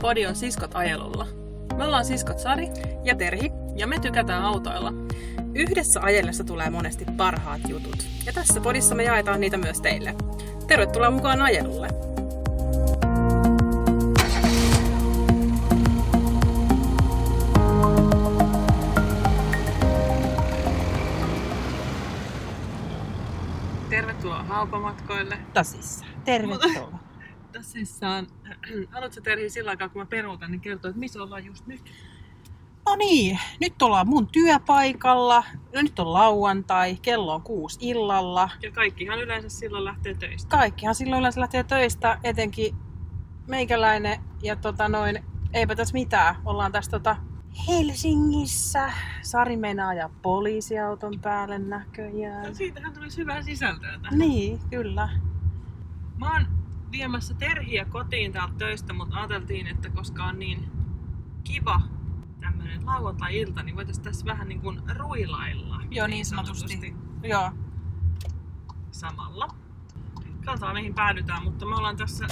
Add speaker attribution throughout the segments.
Speaker 1: podi on Siskot ajelulla. Me ollaan Siskot Sari
Speaker 2: ja Terhi.
Speaker 1: ja me tykätään autoilla.
Speaker 2: Yhdessä ajellessa tulee monesti parhaat jutut. Ja tässä podissa me jaetaan niitä myös teille. Tervetuloa mukaan ajelulle.
Speaker 1: Tervetuloa haukomatkoille.
Speaker 2: Tasissa. Tervetuloa.
Speaker 1: Tosissaan, haluatko Terhi sillä aikaa, kun mä peruutan, niin kertoa, että missä ollaan just nyt?
Speaker 2: No niin, nyt ollaan mun työpaikalla. No nyt on lauantai, kello on kuusi illalla.
Speaker 1: Ja kaikkihan yleensä silloin lähtee töistä.
Speaker 2: Kaikkihan silloin yleensä lähtee töistä, etenkin meikäläinen. Ja tota noin, eipä tässä mitään. Ollaan tässä tota Helsingissä. Sari meinaa ajaa poliisiauton päälle näköjään.
Speaker 1: No, siitähän tulisi hyvää sisältöä tähän.
Speaker 2: Niin, kyllä.
Speaker 1: Mä oon viemässä Terhiä kotiin täältä töistä, mutta ajateltiin, että koska on niin kiva tämmönen lauantai-ilta, niin voitais tässä vähän niin kuin ruilailla.
Speaker 2: Joo, niin sanotusti. Joo,
Speaker 1: samalla. Katsotaan mihin päädytään, mutta me ollaan tässä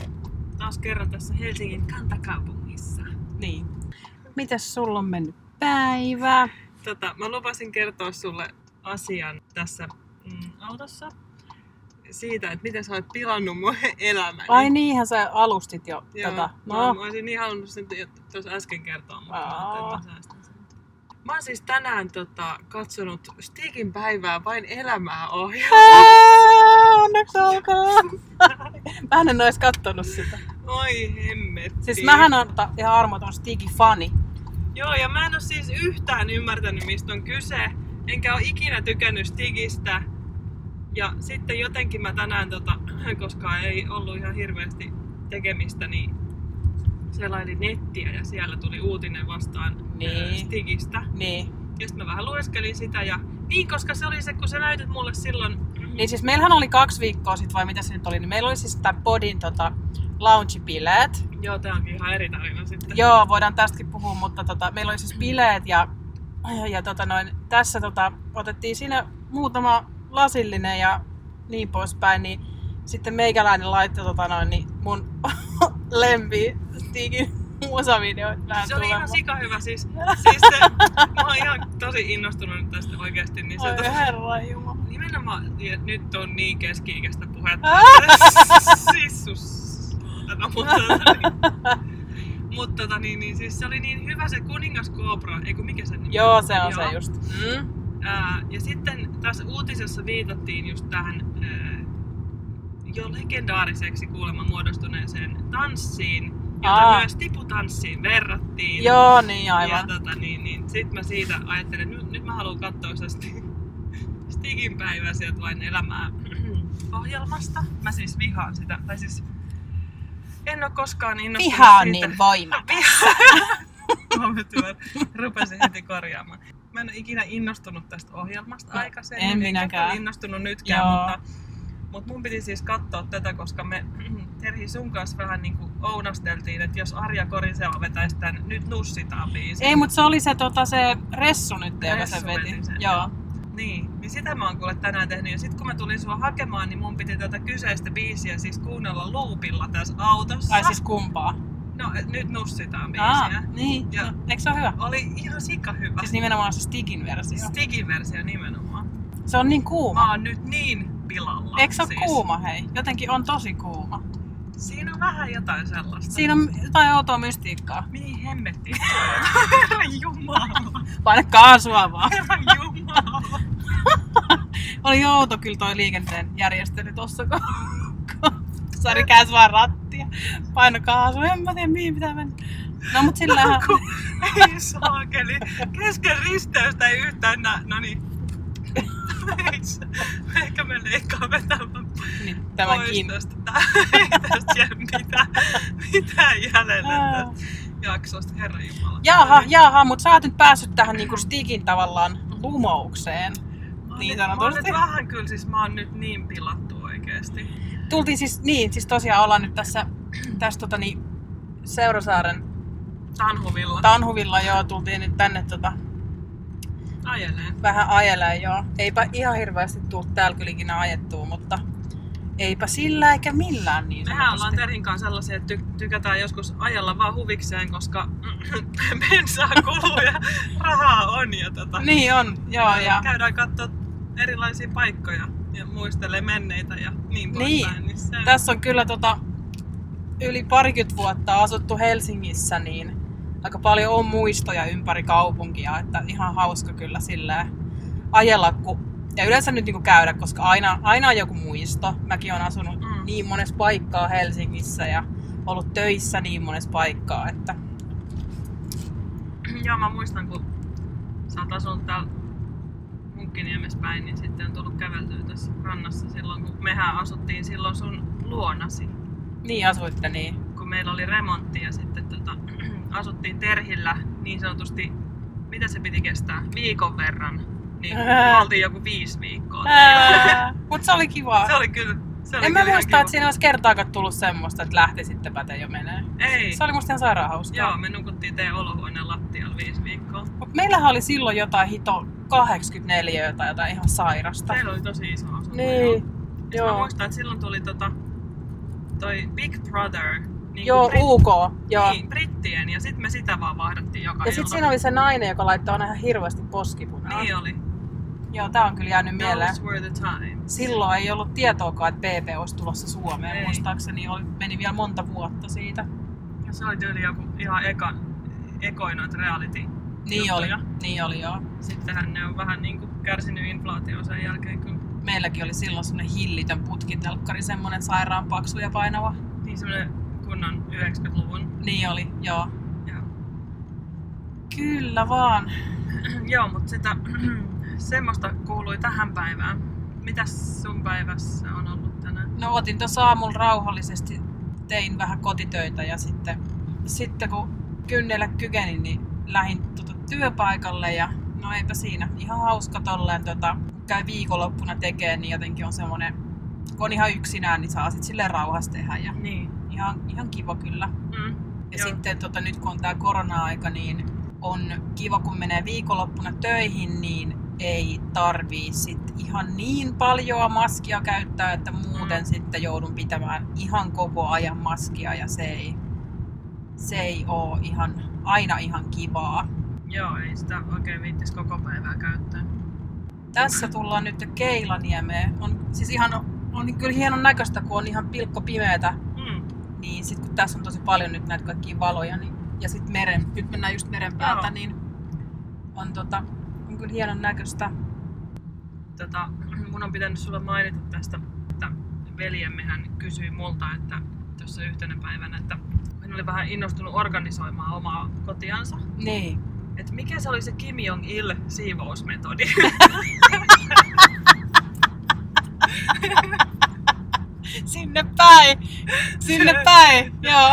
Speaker 1: taas kerran tässä Helsingin kantakaupungissa.
Speaker 2: Niin. Mitäs sulla on mennyt päivä?
Speaker 1: Tota, mä lupasin kertoa sulle asian tässä mm, autossa siitä, että miten sä oot pilannut mun elämäni.
Speaker 2: Ai niinhän sä alustit jo
Speaker 1: Joo,
Speaker 2: tätä.
Speaker 1: No.
Speaker 2: No,
Speaker 1: Mä olisin niin halunnut sen tuossa äsken kertoa, mutta
Speaker 2: Aa.
Speaker 1: mä ajattelin, että mä säästän sen. Mä oon siis tänään tota, katsonut Stigin päivää vain elämää ohjelmaa.
Speaker 2: Ää, onneksi olkoon. Mä en ois kattonut sitä.
Speaker 1: Oi hemmetti.
Speaker 2: Siis mähän on ta- ihan armoton Stigi-fani.
Speaker 1: Joo, ja mä en ole siis yhtään ymmärtänyt, mistä on kyse. Enkä ole ikinä tykännyt Stigistä. Ja sitten jotenkin mä tänään, tota, koska ei ollut ihan hirveästi tekemistä, niin selailin nettiä ja siellä tuli uutinen vastaan
Speaker 2: Niin.
Speaker 1: ö, Stigistä.
Speaker 2: Niin.
Speaker 1: Ja sitten mä vähän lueskelin sitä ja niin, koska se oli se, kun sä näytit mulle silloin.
Speaker 2: Niin siis meillähän oli kaksi viikkoa sitten, vai mitä se nyt oli, niin meillä oli siis tää podin tota, lounge-bileet.
Speaker 1: Joo, tää onkin ihan eri tarina sitten.
Speaker 2: Joo, voidaan tästäkin puhua, mutta tota, meillä oli siis bileet ja, ja tota noin, tässä tota, otettiin siinä muutama lasillinen ja niin poispäin, niin sitten meikäläinen laittoi tota noin, niin mun lempi Stigin musavideoit vähän
Speaker 1: Se oli ihan
Speaker 2: tulemaan.
Speaker 1: sika hyvä. Siis, siis se, mä oon ihan tosi innostunut nyt tästä oikeasti. Niin se,
Speaker 2: Oi herra jumala.
Speaker 1: Nimenomaan, ja nyt on niin keski-ikäistä puhetta. Sissus. No, mutta, mutta tota, niin, niin, siis se oli niin hyvä se kuningas Cobra, eikö mikä sen nimi?
Speaker 2: Joo, se on
Speaker 1: Joo.
Speaker 2: se just. Mm.
Speaker 1: Ää, ja sitten tässä uutisessa viitattiin just tähän ää, jo legendaariseksi kuulemma muodostuneeseen tanssiin, jota
Speaker 2: Aa.
Speaker 1: myös tiputanssiin verrattiin.
Speaker 2: Joo, niin
Speaker 1: Ja
Speaker 2: aivan.
Speaker 1: tota, niin, niin, sit mä siitä ajattelin, että nyt, nyt mä haluan katsoa sitä Sti- Stigin päivää sieltä vain elämää ohjelmasta. Mä siis vihaan sitä, tai siis en oo koskaan innostunut
Speaker 2: Viha on
Speaker 1: siitä.
Speaker 2: niin voima.
Speaker 1: Huomattu, mä rupesin heti korjaamaan. Mä en ole ikinä innostunut tästä ohjelmasta
Speaker 2: No,
Speaker 1: aikaisemmin.
Speaker 2: en
Speaker 1: enkä
Speaker 2: minäkään.
Speaker 1: ole innostunut nytkään,
Speaker 2: Joo.
Speaker 1: mutta, mutta mun piti siis katsoa tätä, koska me Terhi sun kanssa vähän niin kuin ounasteltiin, että jos Arja Koriseva vetäisi tämän Nyt nussitaan biisin.
Speaker 2: Ei, mutta se oli se, tota, se Ressu nyt, joka
Speaker 1: Ressu
Speaker 2: sen
Speaker 1: veti
Speaker 2: veti.
Speaker 1: sen,
Speaker 2: Joo.
Speaker 1: Niin, niin sitä mä oon kuule tänään tehnyt. Ja sit kun mä tulin sua hakemaan, niin mun piti tätä kyseistä biisiä siis kuunnella loopilla tässä autossa.
Speaker 2: Ai siis kumpaa?
Speaker 1: No, et nyt nussitaan biisiä.
Speaker 2: Aa, niin.
Speaker 1: Ja-
Speaker 2: No, eikö se ole hyvä?
Speaker 1: Oli ihan sika hyvä.
Speaker 2: Siis nimenomaan se Stigin versio.
Speaker 1: Stigin versio nimenomaan.
Speaker 2: Se on niin kuuma.
Speaker 1: Mä oon nyt niin pilalla.
Speaker 2: Eikö se ole kuuma, hei? Jotenkin on tosi kuuma.
Speaker 1: Siinä on vähän jotain sellaista.
Speaker 2: Siinä on jotain outoa mystiikkaa.
Speaker 1: Mihin hemmettiin? Herra Jumala!
Speaker 2: Paina kaasua vaan.
Speaker 1: Herra Jumala!
Speaker 2: Oli outo kyllä toi liikenteen järjestely tossa, kun kun Sari käänsi vaan rattia. Paino kaasua. En mä tiedä, mihin pitää mennä. No mut sillähän...
Speaker 1: Ku- Ei saakeli. Kesken risteystä ei yhtään nä... No niin. Ei se- Ehkä me leikkaamme tämän
Speaker 2: Niin,
Speaker 1: pois
Speaker 2: Tämäkin.
Speaker 1: tästä. Tää- Ei tästä jää mitään, mitään jäljellä
Speaker 2: Ää.
Speaker 1: tästä jaksosta. Herra Jumala.
Speaker 2: Jaha, jaha, mutta sä oot nyt päässyt tähän niinku Stigin tavallaan lumoukseen. niin
Speaker 1: mä oon nyt
Speaker 2: sanotusti.
Speaker 1: vähän kyllä, siis mä oon nyt niin pilattu oikeesti.
Speaker 2: Tultiin siis, niin, siis tosiaan ollaan nyt tässä, tässä tota niin, Seurasaaren
Speaker 1: Tanhuvilla.
Speaker 2: Tanhuvilla joo, tultiin nyt tänne tota,
Speaker 1: Ajelee.
Speaker 2: vähän ajelee joo. Eipä ihan hirveästi tuu täällä kyllä ikinä ajettua, mutta Eipä sillä eikä millään niin
Speaker 1: Mehän
Speaker 2: sanotusti.
Speaker 1: ollaan Terin kanssa sellaisia, että ty- tykätään joskus ajella vaan huvikseen, koska bensaa kuluu ja rahaa on. Ja tota,
Speaker 2: Niin on, joo. Ja,
Speaker 1: Käydään katsoa erilaisia paikkoja ja muistelee menneitä ja
Speaker 2: Niin.
Speaker 1: niin poispäin. Niin se-
Speaker 2: tässä on kyllä tota, yli parikymmentä vuotta asuttu Helsingissä, niin aika paljon on muistoja ympäri kaupunkia, että ihan hauska kyllä silleen ajella, kun, ja yleensä nyt niinku käydä, koska aina, aina on joku muisto. Mäkin olen asunut
Speaker 1: Mm.
Speaker 2: mm. niin monessa paikkaa Helsingissä ja ollut töissä niin monessa paikkaa, että
Speaker 1: Joo, mä muistan, kun sä oot asunut täällä Munkkiniemessä päin, niin sitten on tullut käveltyä tässä rannassa silloin, kun mehän asuttiin silloin sun luonasi,
Speaker 2: niin asuitte niin.
Speaker 1: kun meillä oli remontti ja sitten tota, asuttiin Terhillä niin sanotusti, mitä se piti kestää, viikon verran, niin
Speaker 2: Äh.
Speaker 1: me oltiin joku viisi viikkoa.
Speaker 2: Mutta se oli kivaa.
Speaker 1: Se oli kyllä, se oli
Speaker 2: Äh. en mä
Speaker 1: kyllä ihan
Speaker 2: muista, että
Speaker 1: kiva.
Speaker 2: siinä olisi kertaakaan tullut semmoista, että lähtisittepätä jo menee.
Speaker 1: Ei.
Speaker 2: Se oli musta ihan sairaan hauskaa.
Speaker 1: Niin. Joo, me nukuttiin teidän olohuoneen lattialla viisi viikkoa.
Speaker 2: Mut meillähän oli silloin jotain hito 84 tai jotain ihan sairasta.
Speaker 1: Teillä oli tosi iso asunto. joo.
Speaker 2: Niin,
Speaker 1: Ja Joo. Mä
Speaker 2: joo.
Speaker 1: muistan, että silloin tuli tota, toi Big Brother. Niin
Speaker 2: Joo, UK. Joo.
Speaker 1: Niin, brittien. Ja sitten me sitä vaan vahdattiin joka
Speaker 2: Ja
Speaker 1: ilta.
Speaker 2: sit siinä oli se nainen, joka laittoi aina ihan hirveästi poskipunaa.
Speaker 1: Niin oli.
Speaker 2: Joo, tää on kyllä jäänyt mieleen.
Speaker 1: Those were the times.
Speaker 2: Silloin ei ollut tietoakaan, että PP olisi tulossa Suomeen.
Speaker 1: Ei.
Speaker 2: Muistaakseni oli, meni vielä monta vuotta siitä.
Speaker 1: Ja se oli tyyli joku ihan eka, ekoin noita reality.
Speaker 2: Niin oli,
Speaker 1: juttuja.
Speaker 2: niin oli joo.
Speaker 1: Sittenhän ne on vähän niinku kärsinyt inflaatio sen jälkeen, kun
Speaker 2: Meilläkin oli silloin semmonen hillitön putkitelkkari, semmonen sairaan paksu ja painava.
Speaker 1: niin semmoinen kunnon 90-luvun.
Speaker 2: Niin oli, joo.
Speaker 1: Ja
Speaker 2: Kyllä vaan.
Speaker 1: Joo, mutta sitä semmoista kuului tähän päivään. Mitäs sun päivässä on ollut tänään?
Speaker 2: No otin tuossa aamulla rauhallisesti, tein vähän kotitöitä ja sitten, sitten kun kynnelle kykenin, niin lähdin tuota työpaikalle ja no eipä siinä. Ihan hauska tolleen, tota, kun käy viikonloppuna tekee, niin jotenkin on semmoinen, kun on ihan yksinään, niin saa sit silleen rauhassa tehdä ja
Speaker 1: Niin.
Speaker 2: ihan, ihan kiva kyllä.
Speaker 1: Mm.
Speaker 2: Ja
Speaker 1: Joo.
Speaker 2: sitten tota, nyt kun on tämä korona-aika, niin on kiva, kun menee viikonloppuna töihin, niin ei tarvii sit ihan niin paljon maskia käyttää, että muuten
Speaker 1: Mm.
Speaker 2: sitten joudun pitämään ihan koko ajan maskia ja se ei, se ei ole ihan, aina ihan kivaa.
Speaker 1: Joo, ei sitä oikein viittis koko päivää käyttää.
Speaker 2: Tässä tullaan nyt Keilaniemeen. On, siis ihan, on kyllä hienon näköistä, kun on ihan pilkko pimeätä
Speaker 1: Mm.
Speaker 2: Niin sit kun tässä on tosi paljon nyt näitä kaikkia valoja, niin, ja sit meren, nyt mennään just meren päältä,
Speaker 1: Joo.
Speaker 2: niin on, tota, on kyllä hienon näköistä.
Speaker 1: Tota, mun on pitänyt sulle mainita tästä, että veljemmehän kysyi multa, että tuossa yhtenä päivänä, että hän oli vähän innostunut organisoimaan omaa kotiansa.
Speaker 2: Niin.
Speaker 1: Että mikä se oli se Kim Jong-il siivousmetodi?
Speaker 2: Sinne päin! Sinne päin! Joo.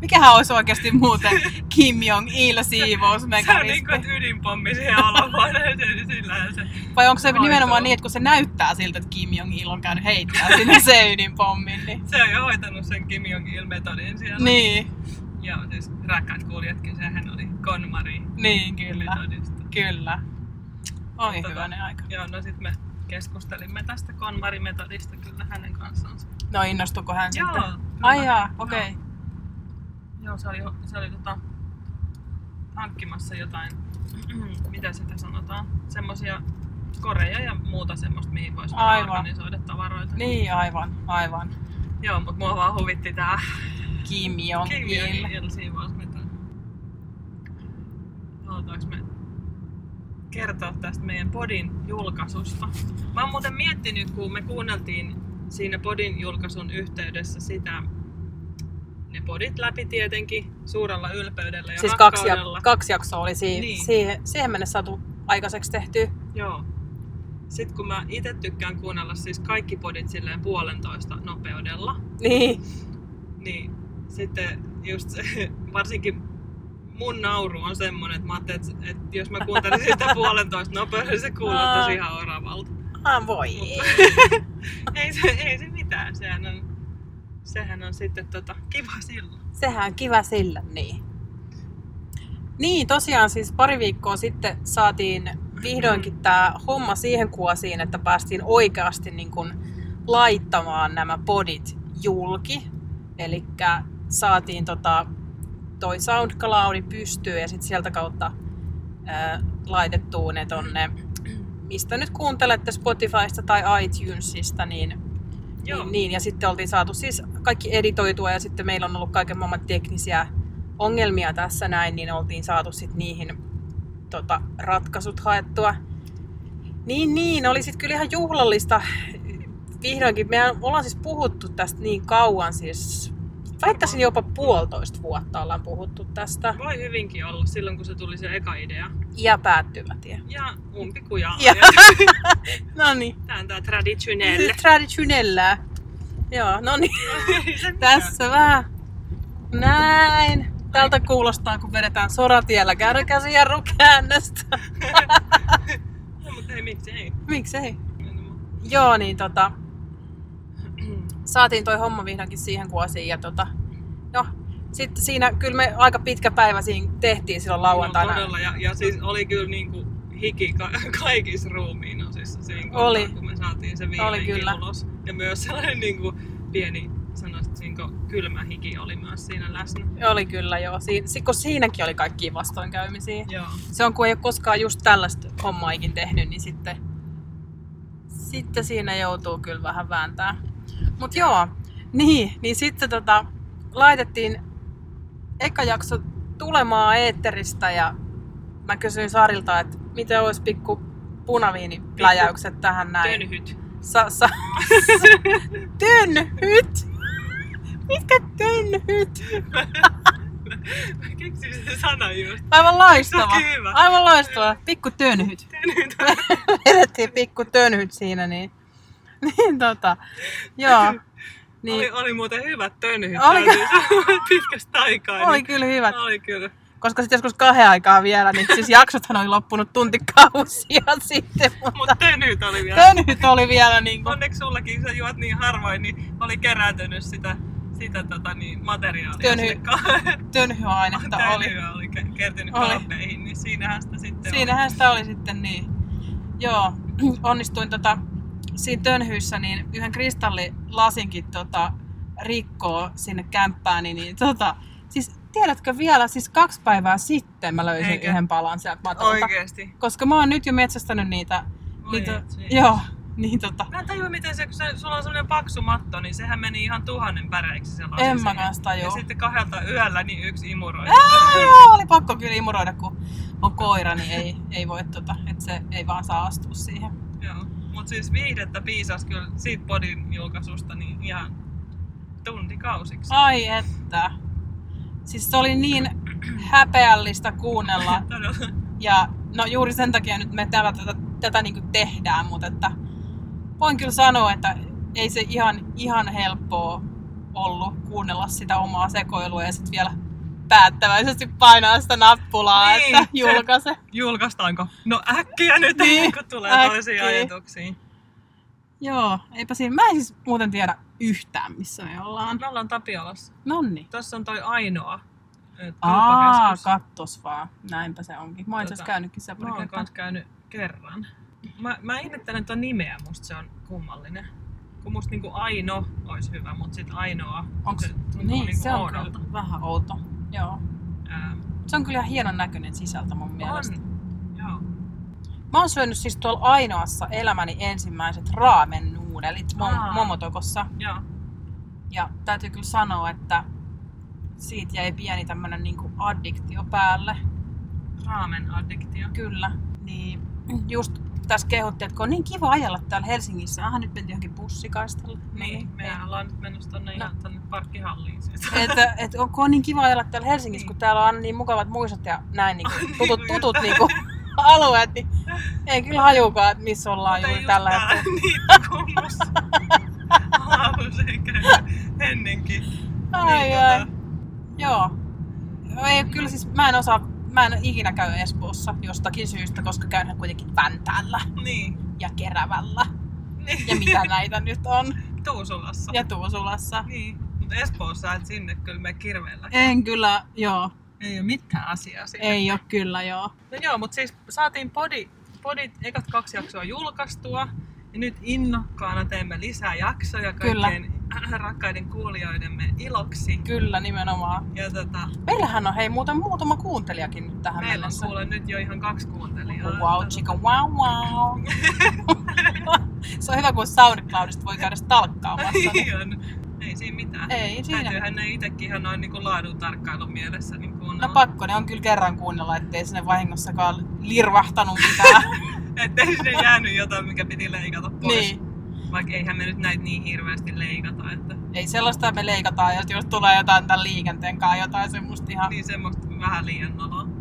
Speaker 2: Mikähän olisi oikeasti muuten Kim Jong-il
Speaker 1: se on niinku,
Speaker 2: siivousmekanismi?
Speaker 1: että ydinpommi siihen olohuoneeseen, niin sillähän se
Speaker 2: Vai onko se
Speaker 1: hoitoon.
Speaker 2: nimenomaan niin, että kun se näyttää siltä, että Kim Jong-il on käynyt heittämään sinne se ydinpommin, niin...
Speaker 1: Se on jo hoitanut sen Kim Jong-il-metodin siellä.
Speaker 2: Niin,
Speaker 1: Joo, siis rakkaat kuulijatkin, sehän oli KonMari-metodista.
Speaker 2: niin kyllä, kyllä. Oi
Speaker 1: Tota,
Speaker 2: hyvänen aika.
Speaker 1: Joo, no sitten me keskustelimme tästä KonMari-metodista kyllä hänen kanssaan.
Speaker 2: No innostuko hän
Speaker 1: Joo,
Speaker 2: sitten?
Speaker 1: kyllä.
Speaker 2: Ai jaa, okei.
Speaker 1: Joo. Joo, se oli, se oli tota, hankkimassa jotain, mitä sitä sanotaan, semmosia koreja ja muuta semmoista, mihin voisi
Speaker 2: Aivan.
Speaker 1: organisoida tavaroita.
Speaker 2: Niin, aivan, aivan.
Speaker 1: Joo, mutta mua vaan huvitti tää
Speaker 2: Kim Jong-il.
Speaker 1: Kim Jong-il siivousmetodi. Halutaanko me kertoa tästä meidän podin julkaisusta? Mä oon muuten miettinyt, kun me kuunneltiin siinä podin julkaisun yhteydessä sitä, ne podit läpi tietenkin suurella ylpeydellä ja
Speaker 2: Siis kaksi, jak-
Speaker 1: rakkaudella.
Speaker 2: kaksi jaksoa oli siihen,
Speaker 1: Niin.
Speaker 2: niin. siihen, siihen mennessä saatu aikaiseksi tehty.
Speaker 1: Joo. Sitten kun mä itse tykkään kuunnella siis kaikki podit silleen puolentoista nopeudella,
Speaker 2: Niin.
Speaker 1: Niin, sitten just se, varsinkin mun nauru on semmonen, että mä ajattelin, että, että jos mä kuuntelisin sitä puolentoista nopeudella, se kuulostaisi
Speaker 2: Aa.
Speaker 1: ihan oravalta.
Speaker 2: Ah, voi.
Speaker 1: Ei se, ei se mitään, sehän on, sehän on sitten tota, kiva silloin.
Speaker 2: Sehän on kiva sillä, niin. Niin, tosiaan siis pari viikkoa sitten saatiin vihdoinkin tämä homma siihen kuosiin, että päästiin oikeasti niin kun laittamaan nämä podit julki. Eli saatiin tota, toi SoundCloudi pystyyn ja sitten sieltä kautta ää, laitettua ne tonne, mistä nyt kuuntelette Spotifysta tai iTunesista, niin
Speaker 1: Joo.
Speaker 2: niin, niin, ja sitten oltiin saatu siis kaikki editoitua ja sitten meillä on ollut kaiken maailman teknisiä ongelmia tässä näin, niin oltiin saatu sitten niihin tota, ratkaisut haettua. Niin, niin, oli sitten kyllä ihan juhlallista vihdoinkin. Me ollaan siis puhuttu tästä niin kauan, siis väittäisin jopa puolitoista vuotta ollaan puhuttu tästä.
Speaker 1: Voi hyvinkin olla silloin, kun se tuli se eka idea.
Speaker 2: Ja päättyvä tie.
Speaker 1: Ja umpikuja.
Speaker 2: Ja.
Speaker 1: Ja.
Speaker 2: No niin.
Speaker 1: Tää on tää traditionelle.
Speaker 2: Traditionella. Joo, no niin. Tässä vähän. Näin. Tältä kuulostaa, kun vedetään soratiellä kärkäsijarru käännöstä.
Speaker 1: No, mutta ei miksei.
Speaker 2: Miksei? Joo, niin tota, saatiin toi homma vihdoinkin siihen kuosiin ja tota, no, sitten siinä kyllä me aika pitkä päivä siinä tehtiin silloin
Speaker 1: No,
Speaker 2: lauantaina.
Speaker 1: todella. Ja, ja siis oli kyllä niinku hiki ka- kaikissa ruumiin osissa siinä
Speaker 2: Oli.
Speaker 1: kohtaa, kun me saatiin se viimeinkin
Speaker 2: Oli kyllä.
Speaker 1: ulos. Ja myös sellainen niinku pieni, sanoisinko, kylmä hiki oli myös siinä läsnä.
Speaker 2: Oli kyllä joo, Siin, si- kun siinäkin oli kaikki vastoinkäymisiä.
Speaker 1: Joo.
Speaker 2: Se on, kun ei ole koskaan just tällaista hommaa ikin tehnyt, niin sitten, sitten siinä joutuu kyllä vähän vääntää. Mut joo, niin, niin sitten tota, laitettiin eka jakso tulemaan eetteristä ja mä kysyin Sarilta, että miten olisi pikku punaviinipläjäykset tähän näin.
Speaker 1: Tönhyt.
Speaker 2: Sa, sa, sa, tönhyt! Mitkä tönhyt?
Speaker 1: Mä keksin sen sanan just.
Speaker 2: Aivan loistava.
Speaker 1: Se on hyvä.
Speaker 2: Aivan loistava. Pikku tönhyt.
Speaker 1: Tönhyt.
Speaker 2: vedettiin pikku tönhyt siinä, niin, niin tota, joo.
Speaker 1: Niin. Oli,
Speaker 2: Niin,
Speaker 1: oli muuten hyvät tönhyt.
Speaker 2: Oli-
Speaker 1: Täytyy- Pitkästä aikaa.
Speaker 2: oli
Speaker 1: niin-
Speaker 2: kyllä hyvät,
Speaker 1: Oli kyllä.
Speaker 2: koska sitten joskus kahden aikaa vielä, niin siis jaksothan oli loppunut tuntikausia sitten, mutta
Speaker 1: Mutta tönhyt oli vielä.
Speaker 2: tönhyt oli vielä niin kuin,
Speaker 1: Onneksi sullakin, kun sä juot niin harvoin, niin oli kerääntynyt sitä, sitä tota, niin, materiaalia.
Speaker 2: Tönhy-
Speaker 1: sinne ka-
Speaker 2: tönhyainetta oli.
Speaker 1: Tönhyä oli ke- kertynyt
Speaker 2: Oli.
Speaker 1: kaapeihin, niin siinähän sitä sitten
Speaker 2: Siinähän sitä oli sitten niin. Joo, onnistuin tota, siinä tönhyissä niin yhden kristallilasinkin tota, rikkoo sinne kämppääni, niin tota, siis tiedätkö vielä, siis kaksi päivää sitten mä löysin
Speaker 1: Eikö?
Speaker 2: yhden palan sieltä
Speaker 1: oli.
Speaker 2: matolta.
Speaker 1: Oikeesti.
Speaker 2: Koska mä oon nyt jo metsästänyt niitä,
Speaker 1: Voi
Speaker 2: niitä
Speaker 1: et siis.
Speaker 2: joo, niin tota,
Speaker 1: Mä en tajua, miten se, kun se, sulla on semmoinen paksu matto, niin sehän meni ihan tuhannen päreiksi se lasi
Speaker 2: en mä
Speaker 1: siihen.
Speaker 2: kans tajua.
Speaker 1: Ja sitten kahdelta yöllä niin yksi imuroi.
Speaker 2: Ää, no joo, oli pakko kyllä imuroida, kun on koira, niin ei, ei voi tota, että se ei vaan saa astua siihen.
Speaker 1: Joo. Mut siis viihdettä piisas kyllä siitä podin julkaisusta niin ihan tuntikausiksi.
Speaker 2: Ai että. Siis se oli niin häpeällistä kuunnella.
Speaker 1: Todella.
Speaker 2: Ja no juuri sen takia nyt me tätä, tätä, tätä niin tehdään, mutta että voin kyllä sanoa, että ei se ihan, ihan helppoa ollut kuunnella sitä omaa sekoilua ja sitten vielä päättäväisesti painaa sitä nappulaa,
Speaker 1: Niin,
Speaker 2: että
Speaker 1: se-
Speaker 2: julkaise.
Speaker 1: Julkaistaanko? No äkkiä nyt,
Speaker 2: Niin,
Speaker 1: niin, kun tulee toisia
Speaker 2: äkkiä.
Speaker 1: ajatuksia.
Speaker 2: Joo, eipä siinä. Mä en siis muuten tiedä yhtään, missä me ollaan.
Speaker 1: Me ollaan Tapiolassa.
Speaker 2: Nonni.
Speaker 1: Tässä on toi ainoa ö,
Speaker 2: Aa,
Speaker 1: kauppakeskus.
Speaker 2: kattos vaan. Näinpä se onkin. Mä oon itse asiassa
Speaker 1: Tota,
Speaker 2: käynytkin sen
Speaker 1: Mä oon kans käynyt kerran. Mä, mä ihmettelen ton nimeä, musta se on kummallinen. Kun musta niinku Aino olisi hyvä, mut sit Ainoa.
Speaker 2: Onks-
Speaker 1: se tuntuu
Speaker 2: Niin,
Speaker 1: niinku
Speaker 2: se on
Speaker 1: oudolta.
Speaker 2: kyllä vähän outo. Joo.
Speaker 1: Ää,
Speaker 2: Se on kyllä ihan hienon näköinen sisältö mun
Speaker 1: on.
Speaker 2: mielestä.
Speaker 1: Joo.
Speaker 2: Mä oon syönyt siis tuolla ainoassa elämäni ensimmäiset raamen nuudelit mom-
Speaker 1: Aa.
Speaker 2: Momotokossa.
Speaker 1: Joo.
Speaker 2: Ja täytyy kyllä sanoa, että siitä jäi pieni tämmönen niinku addiktio päälle.
Speaker 1: Raamen addiktio.
Speaker 2: Kyllä. Niin just tässä kehuttiin, että kun on niin kiva ajella täällä Helsingissä. Aha, nyt mentiin johonkin pussikaistalle. No
Speaker 1: Niin, me
Speaker 2: ei.
Speaker 1: ollaan nyt menossa tonne
Speaker 2: No.
Speaker 1: ihan tonne parkkihalliin siis.
Speaker 2: että, että on, kun on niin kiva ajella täällä Helsingissä,
Speaker 1: Niin.
Speaker 2: kun täällä on aina niin mukavat muistot ja näin niin kuin
Speaker 1: Niin,
Speaker 2: tutut,
Speaker 1: just.
Speaker 2: tutut niin kuin alueet, niin ei kyllä hajukaan, että missä ollaan
Speaker 1: Mutta
Speaker 2: juuri
Speaker 1: just
Speaker 2: tällä
Speaker 1: tää niin
Speaker 2: hetkellä.
Speaker 1: Niittokummus. Halusin käydä ennenkin.
Speaker 2: Ai,
Speaker 1: Niin,
Speaker 2: ai.
Speaker 1: tota,
Speaker 2: Joo. No Ei, kyllä siis mä en osaa, mä en ikinä käy Espoossa jostakin syystä, koska käyn kuitenkin Vantäällä
Speaker 1: Niin.
Speaker 2: ja Kerävällä
Speaker 1: niin.
Speaker 2: ja mitä näitä nyt on.
Speaker 1: Tuusulassa.
Speaker 2: Ja Tuusulassa.
Speaker 1: Niin. Mutta Espoossa et sinne kyllä me kirveellä.
Speaker 2: En kyllä, joo.
Speaker 1: Ei ole mitään asiaa siinä.
Speaker 2: Ei ole kyllä, joo.
Speaker 1: No joo, mutta siis saatiin podi, podit ekat kaksi jaksoa julkaistua. Ja nyt innokkaana teemme lisää jaksoja
Speaker 2: Kyllä.
Speaker 1: kaikkien rakkaiden kuulijoidemme iloksi.
Speaker 2: Kyllä, nimenomaan.
Speaker 1: Ja tota,
Speaker 2: Meillähän on hei muuten muutama kuuntelijakin nyt tähän
Speaker 1: meillä on
Speaker 2: mennessä.
Speaker 1: kuule nyt jo ihan kaksi kuuntelijaa.
Speaker 2: Wow, chica, wow, wow. Se on hyvä, kun SoundCloudista voi käydä stalkkaamassa. niin.
Speaker 1: on. Ei siinä mitään.
Speaker 2: Ei siinä.
Speaker 1: Täytyyhän ne itsekin ihan noin niin laadun tarkkailun mielessä niin
Speaker 2: No
Speaker 1: kuunnella.
Speaker 2: pakko, ne on kyllä kerran kuunnella, ettei sinne vahingossakaan lirvahtanut mitään.
Speaker 1: Ettei sinne jäänyt jotain, mikä piti leikata pois.
Speaker 2: niin.
Speaker 1: Vaikka eihän me nyt näitä niin hirveästi leikata, että
Speaker 2: Ei sellaista me leikataan, ja jos tulee jotain tämän liikenteen kanssa, jotain semmoista ihan,
Speaker 1: niin semmoista vähän liian noloa.
Speaker 2: niitä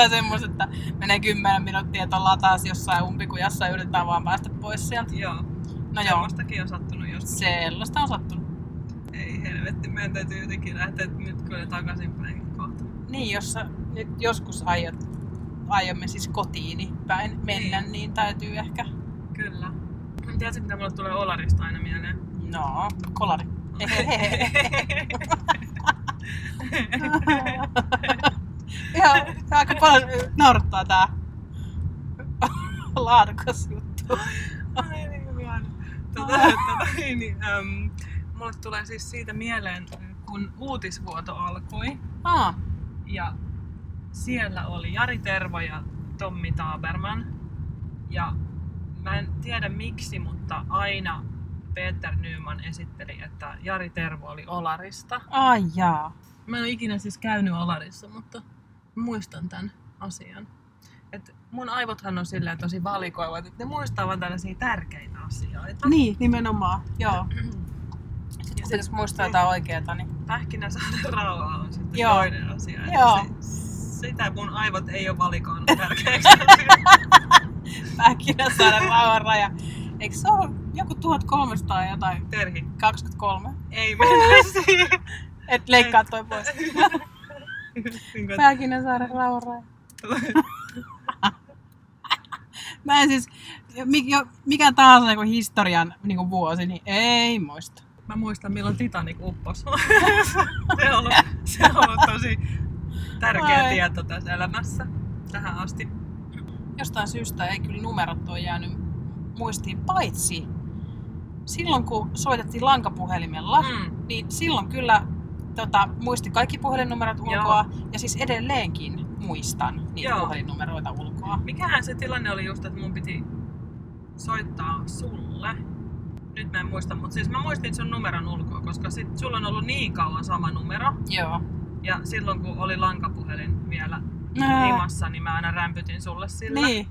Speaker 2: niin, semmoista, että menee 10 minuuttia, että ollaan taas jossain umpikujassa ja yritetään vaan päästä pois sieltä.
Speaker 1: Joo,
Speaker 2: No joo,
Speaker 1: semmoistakin on sattunut joskus.
Speaker 2: sellaista on sattunut.
Speaker 1: Ei helvetti, meidän täytyy jotenkin lähteä nyt kyllä takaisinpäin kohta.
Speaker 2: Niin, jos sä nyt joskus aiot, aiomme siis kotiin päin mennä, niin.
Speaker 1: Niin.
Speaker 2: niin täytyy ehkä,
Speaker 1: Kyllä. Tiedätkö mitä mulle tulee Olarista aina mieleen?
Speaker 2: no, kolari. Ihan aika paljon naurattaa tää laadukas juttu.
Speaker 1: Ai niin, ihana. tota, tota, niin, äm, mulle tulee siis siitä mieleen, kun uutisvuoto alkoi
Speaker 2: Ah,
Speaker 1: ja siellä oli Jari Tervo ja Tommi Taaberman. Ja mä en tiedä miksi, mutta aina Peter Nyman esitteli, että Jari Tervo oli Olarista.
Speaker 2: ai jaa.
Speaker 1: Mä en ole ikinä siis käynyt Olarissa, mutta muistan tämän asian. Et mun aivothan on silleen tosi valikoivat, että ne muistaa vaan tällaisia tärkeitä asioita.
Speaker 2: Niin, nimenomaan, joo.
Speaker 1: Ja
Speaker 2: Sitten
Speaker 1: se
Speaker 2: jos muistaa jotain oikeeta, niin...
Speaker 1: pähkinäsaaren rauha on sitten
Speaker 2: Joo.
Speaker 1: Joo. toinen asia. että
Speaker 2: Joo.
Speaker 1: Se, sitä mun aivot ei ole valikoinut tärkeäksi asiaksi.
Speaker 2: Pähkinä saada rauhan raja. Eikö se ole joku 1300 ja jotain?
Speaker 1: Terhi,
Speaker 2: 23.
Speaker 1: ei mennä siihen.
Speaker 2: Et leikkaa toi pois.
Speaker 1: Niin kuin,
Speaker 2: Pähkinä saada rauhan raja. Mä en siis, mi- jo- mikä tahansa niinku historian niinku vuosi, niin ei muista.
Speaker 1: Mä muistan milloin Titanic uppos. se, on ollut, se on ollut tosi tärkeä
Speaker 2: Ai.
Speaker 1: tieto tässä elämässä tähän asti.
Speaker 2: Jostain syystä ei kyllä numerot ole jäänyt muistiin, paitsi silloin kun soitettiin lankapuhelimella,
Speaker 1: Mm.
Speaker 2: niin silloin kyllä tota, muisti kaikki puhelinnumerot
Speaker 1: Joo.
Speaker 2: ulkoa ja siis edelleenkin muistan niitä Joo.
Speaker 1: Joo.
Speaker 2: puhelinnumeroita ulkoa.
Speaker 1: Mikähän se tilanne oli just, että mun piti soittaa sulle. Nyt mä en muista, mutta siis mä muistin sun numeron ulkoa, koska sit sulla on ollut niin kauan sama numero.
Speaker 2: Joo.
Speaker 1: Ja silloin kun oli lankapuhelin vielä
Speaker 2: Ää,
Speaker 1: himassa, niin mä aina rämpytin sulle sillä.
Speaker 2: niin.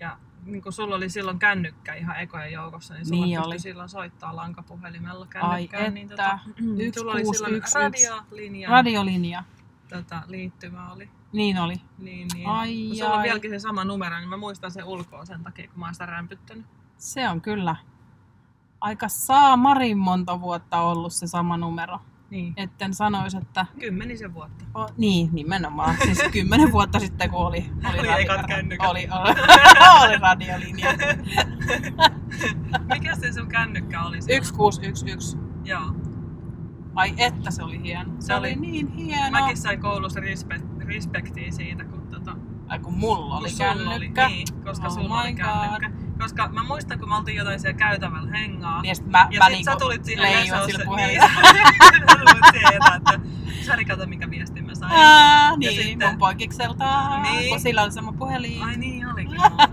Speaker 1: Ja niin kun sulla oli silloin kännykkä ihan ekojen joukossa, niin sulla
Speaker 2: Niin
Speaker 1: niin
Speaker 2: oli.
Speaker 1: oli. silloin soittaa lankapuhelimella
Speaker 2: Ai
Speaker 1: kännykkään. niin
Speaker 2: että.
Speaker 1: tota,
Speaker 2: Yksi,
Speaker 1: sulla oli
Speaker 2: kuusi,
Speaker 1: silloin
Speaker 2: yksi,
Speaker 1: radiolinjan Radio.
Speaker 2: Radiolinja.
Speaker 1: tota, liittymä oli.
Speaker 2: Niin oli.
Speaker 1: Niin, niin.
Speaker 2: Ai,
Speaker 1: kun sulla on
Speaker 2: ai.
Speaker 1: vieläkin se sama numero, niin mä muistan sen ulkoa sen takia, kun mä oon sitä rämpyttänyt.
Speaker 2: Se on kyllä aika saamarin monta vuotta ollut se sama numero.
Speaker 1: Niin.
Speaker 2: Etten sanoisi, että...
Speaker 1: Kymmenisen vuotta.
Speaker 2: O, niin, nimenomaan. Siis kymmenen vuotta sitten, kun oli, oli,
Speaker 1: Oli ekat kännykät.
Speaker 2: oli, oli, oli radiolinja.
Speaker 1: Mikä se sun kännykkä oli? silloin?
Speaker 2: 1611.
Speaker 1: Joo.
Speaker 2: Ai että se oli hieno. Se, se
Speaker 1: Se
Speaker 2: oli,
Speaker 1: oli-
Speaker 2: oli niin hieno.
Speaker 1: Mäkin sain koulussa respe- respektiä siitä, kun tota,
Speaker 2: Ai kun mulla oli
Speaker 1: Kun sulla
Speaker 2: kännykkä.
Speaker 1: Oli, niin, koska
Speaker 2: Oh
Speaker 1: oh sulla
Speaker 2: my
Speaker 1: oli
Speaker 2: god.
Speaker 1: kännykkä. Koska mä muistan, kun me oltiin jotain siellä käytävällä hengaa.
Speaker 2: Niin, ja sit mä,
Speaker 1: Ja
Speaker 2: mä
Speaker 1: sit sä tulit siihen
Speaker 2: leijuin
Speaker 1: lesaus-
Speaker 2: sillä
Speaker 1: Niin,
Speaker 2: puhelilla.
Speaker 1: sä tulit sieltä, että Sari, kato minkä viestin mä sain.
Speaker 2: Aa,
Speaker 1: Ja
Speaker 2: niin,
Speaker 1: sitten-
Speaker 2: mun poikikselta, niin.
Speaker 1: Niin.
Speaker 2: kun sillä oli sama puhelin.
Speaker 1: Ai niin olikin muuta.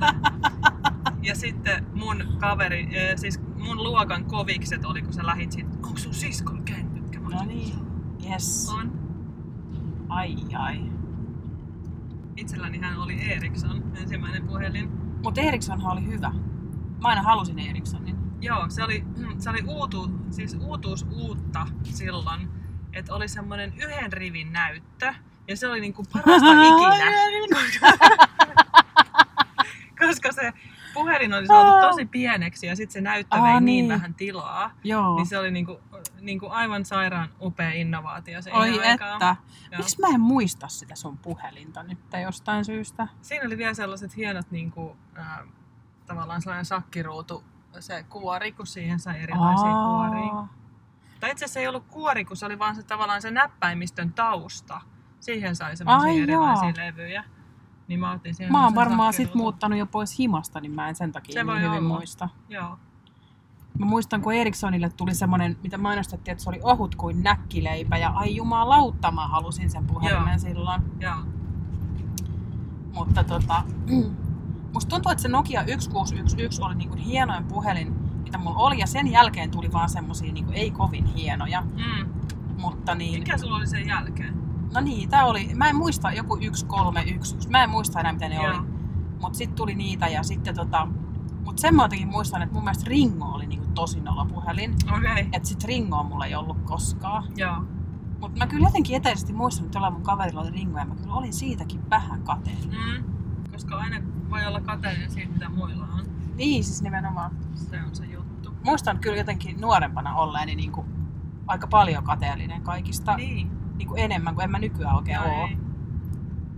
Speaker 1: Ja sitten mun kaveri, eh, siis mun luokan kovikset oli, kun sä lähit siitä, onko sun siskolla kännykkä? Mä
Speaker 2: No
Speaker 1: olin,
Speaker 2: niin. Yes.
Speaker 1: On.
Speaker 2: Ai ai.
Speaker 1: Itselläni hän oli Ericsson, ensimmäinen puhelin.
Speaker 2: Mutta Erikssonhan oli hyvä. Mä aina halusin Erikssonin.
Speaker 1: Joo, se oli, mm, se oli uutu, siis uutuus uutta silloin, että oli semmoinen yhden rivin näyttö, ja se oli niinku parasta ikinä, koska se puhelin oli saatu tosi pieneksi ja sitten se näyttö
Speaker 2: Aa,
Speaker 1: vei niin,
Speaker 2: niin.
Speaker 1: vähän tilaa,
Speaker 2: Joo.
Speaker 1: niin se oli niinku, niinku aivan sairaan upea innovaatio siihen
Speaker 2: Oi
Speaker 1: aikaan.
Speaker 2: että.
Speaker 1: Joo.
Speaker 2: Miksi mä en muista sitä sun puhelinta nyt jostain syystä?
Speaker 1: Siinä oli vielä sellaiset hienot niinku, äh, tavallaan sellainen sakkiruutu, se kuori, kun siihen sai erilaisia
Speaker 2: Aa.
Speaker 1: kuoria. Tai itse asiassa ei ollut kuori, kun se oli vaan se tavallaan se näppäimistön tausta. Siihen sai semmoisia
Speaker 2: Ai
Speaker 1: erilaisia levyjä. Niin mä otin sen.
Speaker 2: Mä oon
Speaker 1: sen
Speaker 2: varmaan sit
Speaker 1: sakkelulta.
Speaker 2: muuttanut jo pois himasta, niin mä en sen takia
Speaker 1: Se
Speaker 2: se niin
Speaker 1: voi
Speaker 2: hyvin
Speaker 1: olla.
Speaker 2: muista.
Speaker 1: Joo.
Speaker 2: Mä muistan, kun Erikssonille tuli semmonen, mitä mainostettiin, että se oli ohut kuin näkkileipä. Ja ai jumalautta, mä halusin sen puhelimen
Speaker 1: Joo.
Speaker 2: silloin.
Speaker 1: Joo.
Speaker 2: Mutta tota, musta tuntuu, että se Nokia 1611 oli niinku hienoin puhelin, mitä mulla oli. Ja sen jälkeen tuli vaan semmosia niinku ei kovin hienoja.
Speaker 1: Mm.
Speaker 2: Mutta niin,
Speaker 1: Mikä sulla oli sen jälkeen?
Speaker 2: no niitä oli. Mä en muista joku 1311. Mä en muista enää, mitä ne
Speaker 1: Joo.
Speaker 2: oli. Mut sit tuli niitä ja sitten tota... Mut sen mä jotenkin muistan, että mun mielestä Ringo oli niinku tosi nolla puhelin.
Speaker 1: Okei. Okay.
Speaker 2: Että sit Ringoa mulla ei ollut koskaan.
Speaker 1: Joo.
Speaker 2: Mut mä kyllä jotenkin etäisesti muistan, että jollain mun kaverilla oli Ringo ja mä kyllä olin siitäkin vähän kateellinen.
Speaker 1: Mm. Koska aina voi olla kateellinen siitä, mitä muilla on.
Speaker 2: Niin siis nimenomaan.
Speaker 1: Se on se juttu.
Speaker 2: Muistan kyllä jotenkin nuorempana olleeni niinku aika paljon kateellinen kaikista. Niin.
Speaker 1: Niin.
Speaker 2: Niinku enemmän kuin en mä nykyään oikein
Speaker 1: Joo,
Speaker 2: oo.
Speaker 1: ei.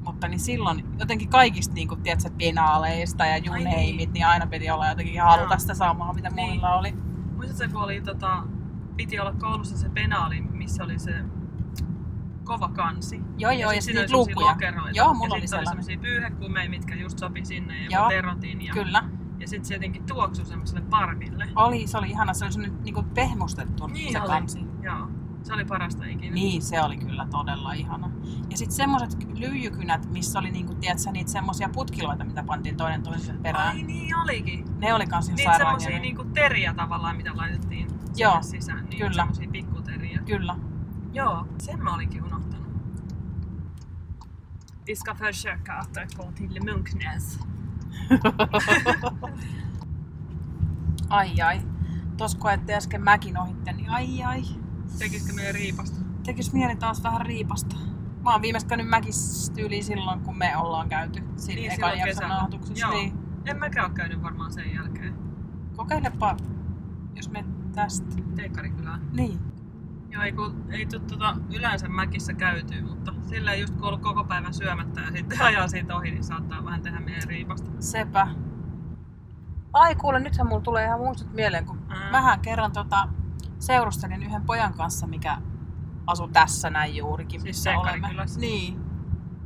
Speaker 2: Mutta niin silloin jotenkin kaikista niinku, tiedätkö, finaaleista ja you
Speaker 1: Ai
Speaker 2: name
Speaker 1: niin.
Speaker 2: it, niin aina piti olla jotenkin haluta
Speaker 1: Joo.
Speaker 2: sitä samaa, mitä
Speaker 1: Niin.
Speaker 2: muilla oli.
Speaker 1: Muistatko, kun oli, tota, piti olla koulussa se penaali, missä oli se kova kansi.
Speaker 2: Joo, joo, ja,
Speaker 1: sit siinä
Speaker 2: sitten niitä
Speaker 1: oli semmosia
Speaker 2: lukuja.
Speaker 1: lokeroita.
Speaker 2: Joo, mulla
Speaker 1: ja
Speaker 2: oli
Speaker 1: sitten oli
Speaker 2: sellainen.
Speaker 1: semmosia pyyhekumeja, mitkä just sopi sinne ja
Speaker 2: Joo.
Speaker 1: joo. terotin. Ja,
Speaker 2: Kyllä.
Speaker 1: ja sitten se jotenkin tuoksui semmoiselle parville.
Speaker 2: Oli, se oli ihana. Se oli semmonen niinku pehmustettu
Speaker 1: Niin
Speaker 2: se
Speaker 1: oli.
Speaker 2: kansi.
Speaker 1: Joo, se oli parasta ikinä.
Speaker 2: Niin, se oli kyllä todella ihana. Ja sitten semmoiset lyijykynät, missä oli niinku, tiedätkö, niitä semmoisia putkiloita, mitä pantiin toinen toisen perään.
Speaker 1: Ai niin olikin.
Speaker 2: Ne oli kans ihan
Speaker 1: Niitä
Speaker 2: sairaan
Speaker 1: semmosia
Speaker 2: hienoja.
Speaker 1: niinku teriä tavallaan, mitä laitettiin sinne
Speaker 2: Joo,
Speaker 1: sisään. Niin
Speaker 2: kyllä.
Speaker 1: Semmosia pikkuteriä.
Speaker 2: Kyllä.
Speaker 1: Joo, sen mä olinkin unohtanut. Vi ska försöka att gå till Munknäs.
Speaker 2: Ai ai. Tos kun ette äsken mäkin ohitte, niin ai ai.
Speaker 1: Tekisikö meidän riipasta?
Speaker 2: Tekis mieli taas vähän riipasta. Mä oon viimeksi käynyt mäkis tyyliin silloin, kun me ollaan käyty. Siinä
Speaker 1: Niin,
Speaker 2: niin, ekan
Speaker 1: silloin
Speaker 2: jakson
Speaker 1: kesällä.
Speaker 2: nauhoituksessa.
Speaker 1: Joo.
Speaker 2: Niin.
Speaker 1: En mäkään ole käynyt varmaan sen jälkeen.
Speaker 2: Kokeilepa, jos me tästä.
Speaker 1: Teikkarikylään.
Speaker 2: Niin.
Speaker 1: Joo, ei, kun, ei tuu tota, yleensä mäkissä käytyy, mutta sillä just kun on ollut koko päivän syömättä ja sitten ajaa siitä ohi, niin saattaa vähän tehdä meidän riipasta.
Speaker 2: Sepä. Ai kuule, nythän mulla tulee ihan muistut mieleen, kun
Speaker 1: Mm.
Speaker 2: mähän kerran tota, seurustelin yhden pojan kanssa, mikä asuu tässä näin juurikin,
Speaker 1: Siis
Speaker 2: missä olemme.
Speaker 1: Senkarikylässä.
Speaker 2: Niin.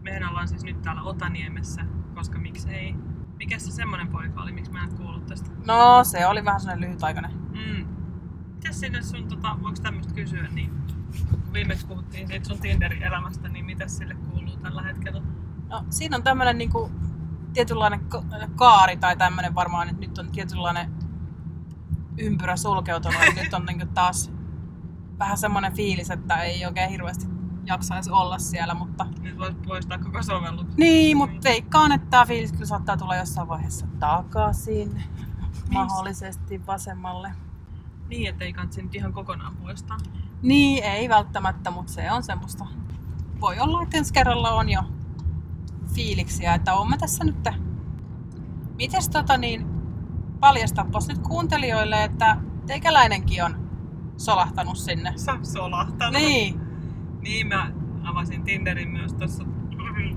Speaker 1: Mehän ollaan siis nyt täällä Otaniemessä, koska miksi ei. Mikä se semmonen poika oli, miksi mä en kuullut tästä?
Speaker 2: No, se oli vähän sellainen lyhytaikainen.
Speaker 1: Mm. Mitäs sinne sun, tota, voiko tämmöistä kysyä, niin kun viimeksi puhuttiin siitä sun Tinderin elämästä, niin mitä sille kuuluu tällä hetkellä?
Speaker 2: No, siinä on tämmöinen niinku, tietynlainen ka- kaari tai tämmöinen varmaan, että nyt on tietynlainen ympyrä sulkeutunut. että nyt on niinku taas vähän semmoinen fiilis, että ei oikein hirveästi jaksaisi olla siellä, mutta
Speaker 1: Nyt voisi poistaa koko sovelluksen.
Speaker 2: Niin, mutta veikkaan, että tämä fiilis kyllä saattaa tulla jossain vaiheessa takaisin. Mahdollisesti vasemmalle.
Speaker 1: Niin, ettei kansi nyt ihan kokonaan poistaa.
Speaker 2: Niin, ei välttämättä, mutta se on semmoista. Voi olla, että ensi kerralla on jo fiiliksiä, että oon mä tässä nyt. Mites tota niin, paljastapas nyt kuuntelijoille, että teikäläinenkin on solahtanut sinne.
Speaker 1: Sä oot solahtanut.
Speaker 2: Niin,
Speaker 1: niin, mä avasin Tinderin myös tuossa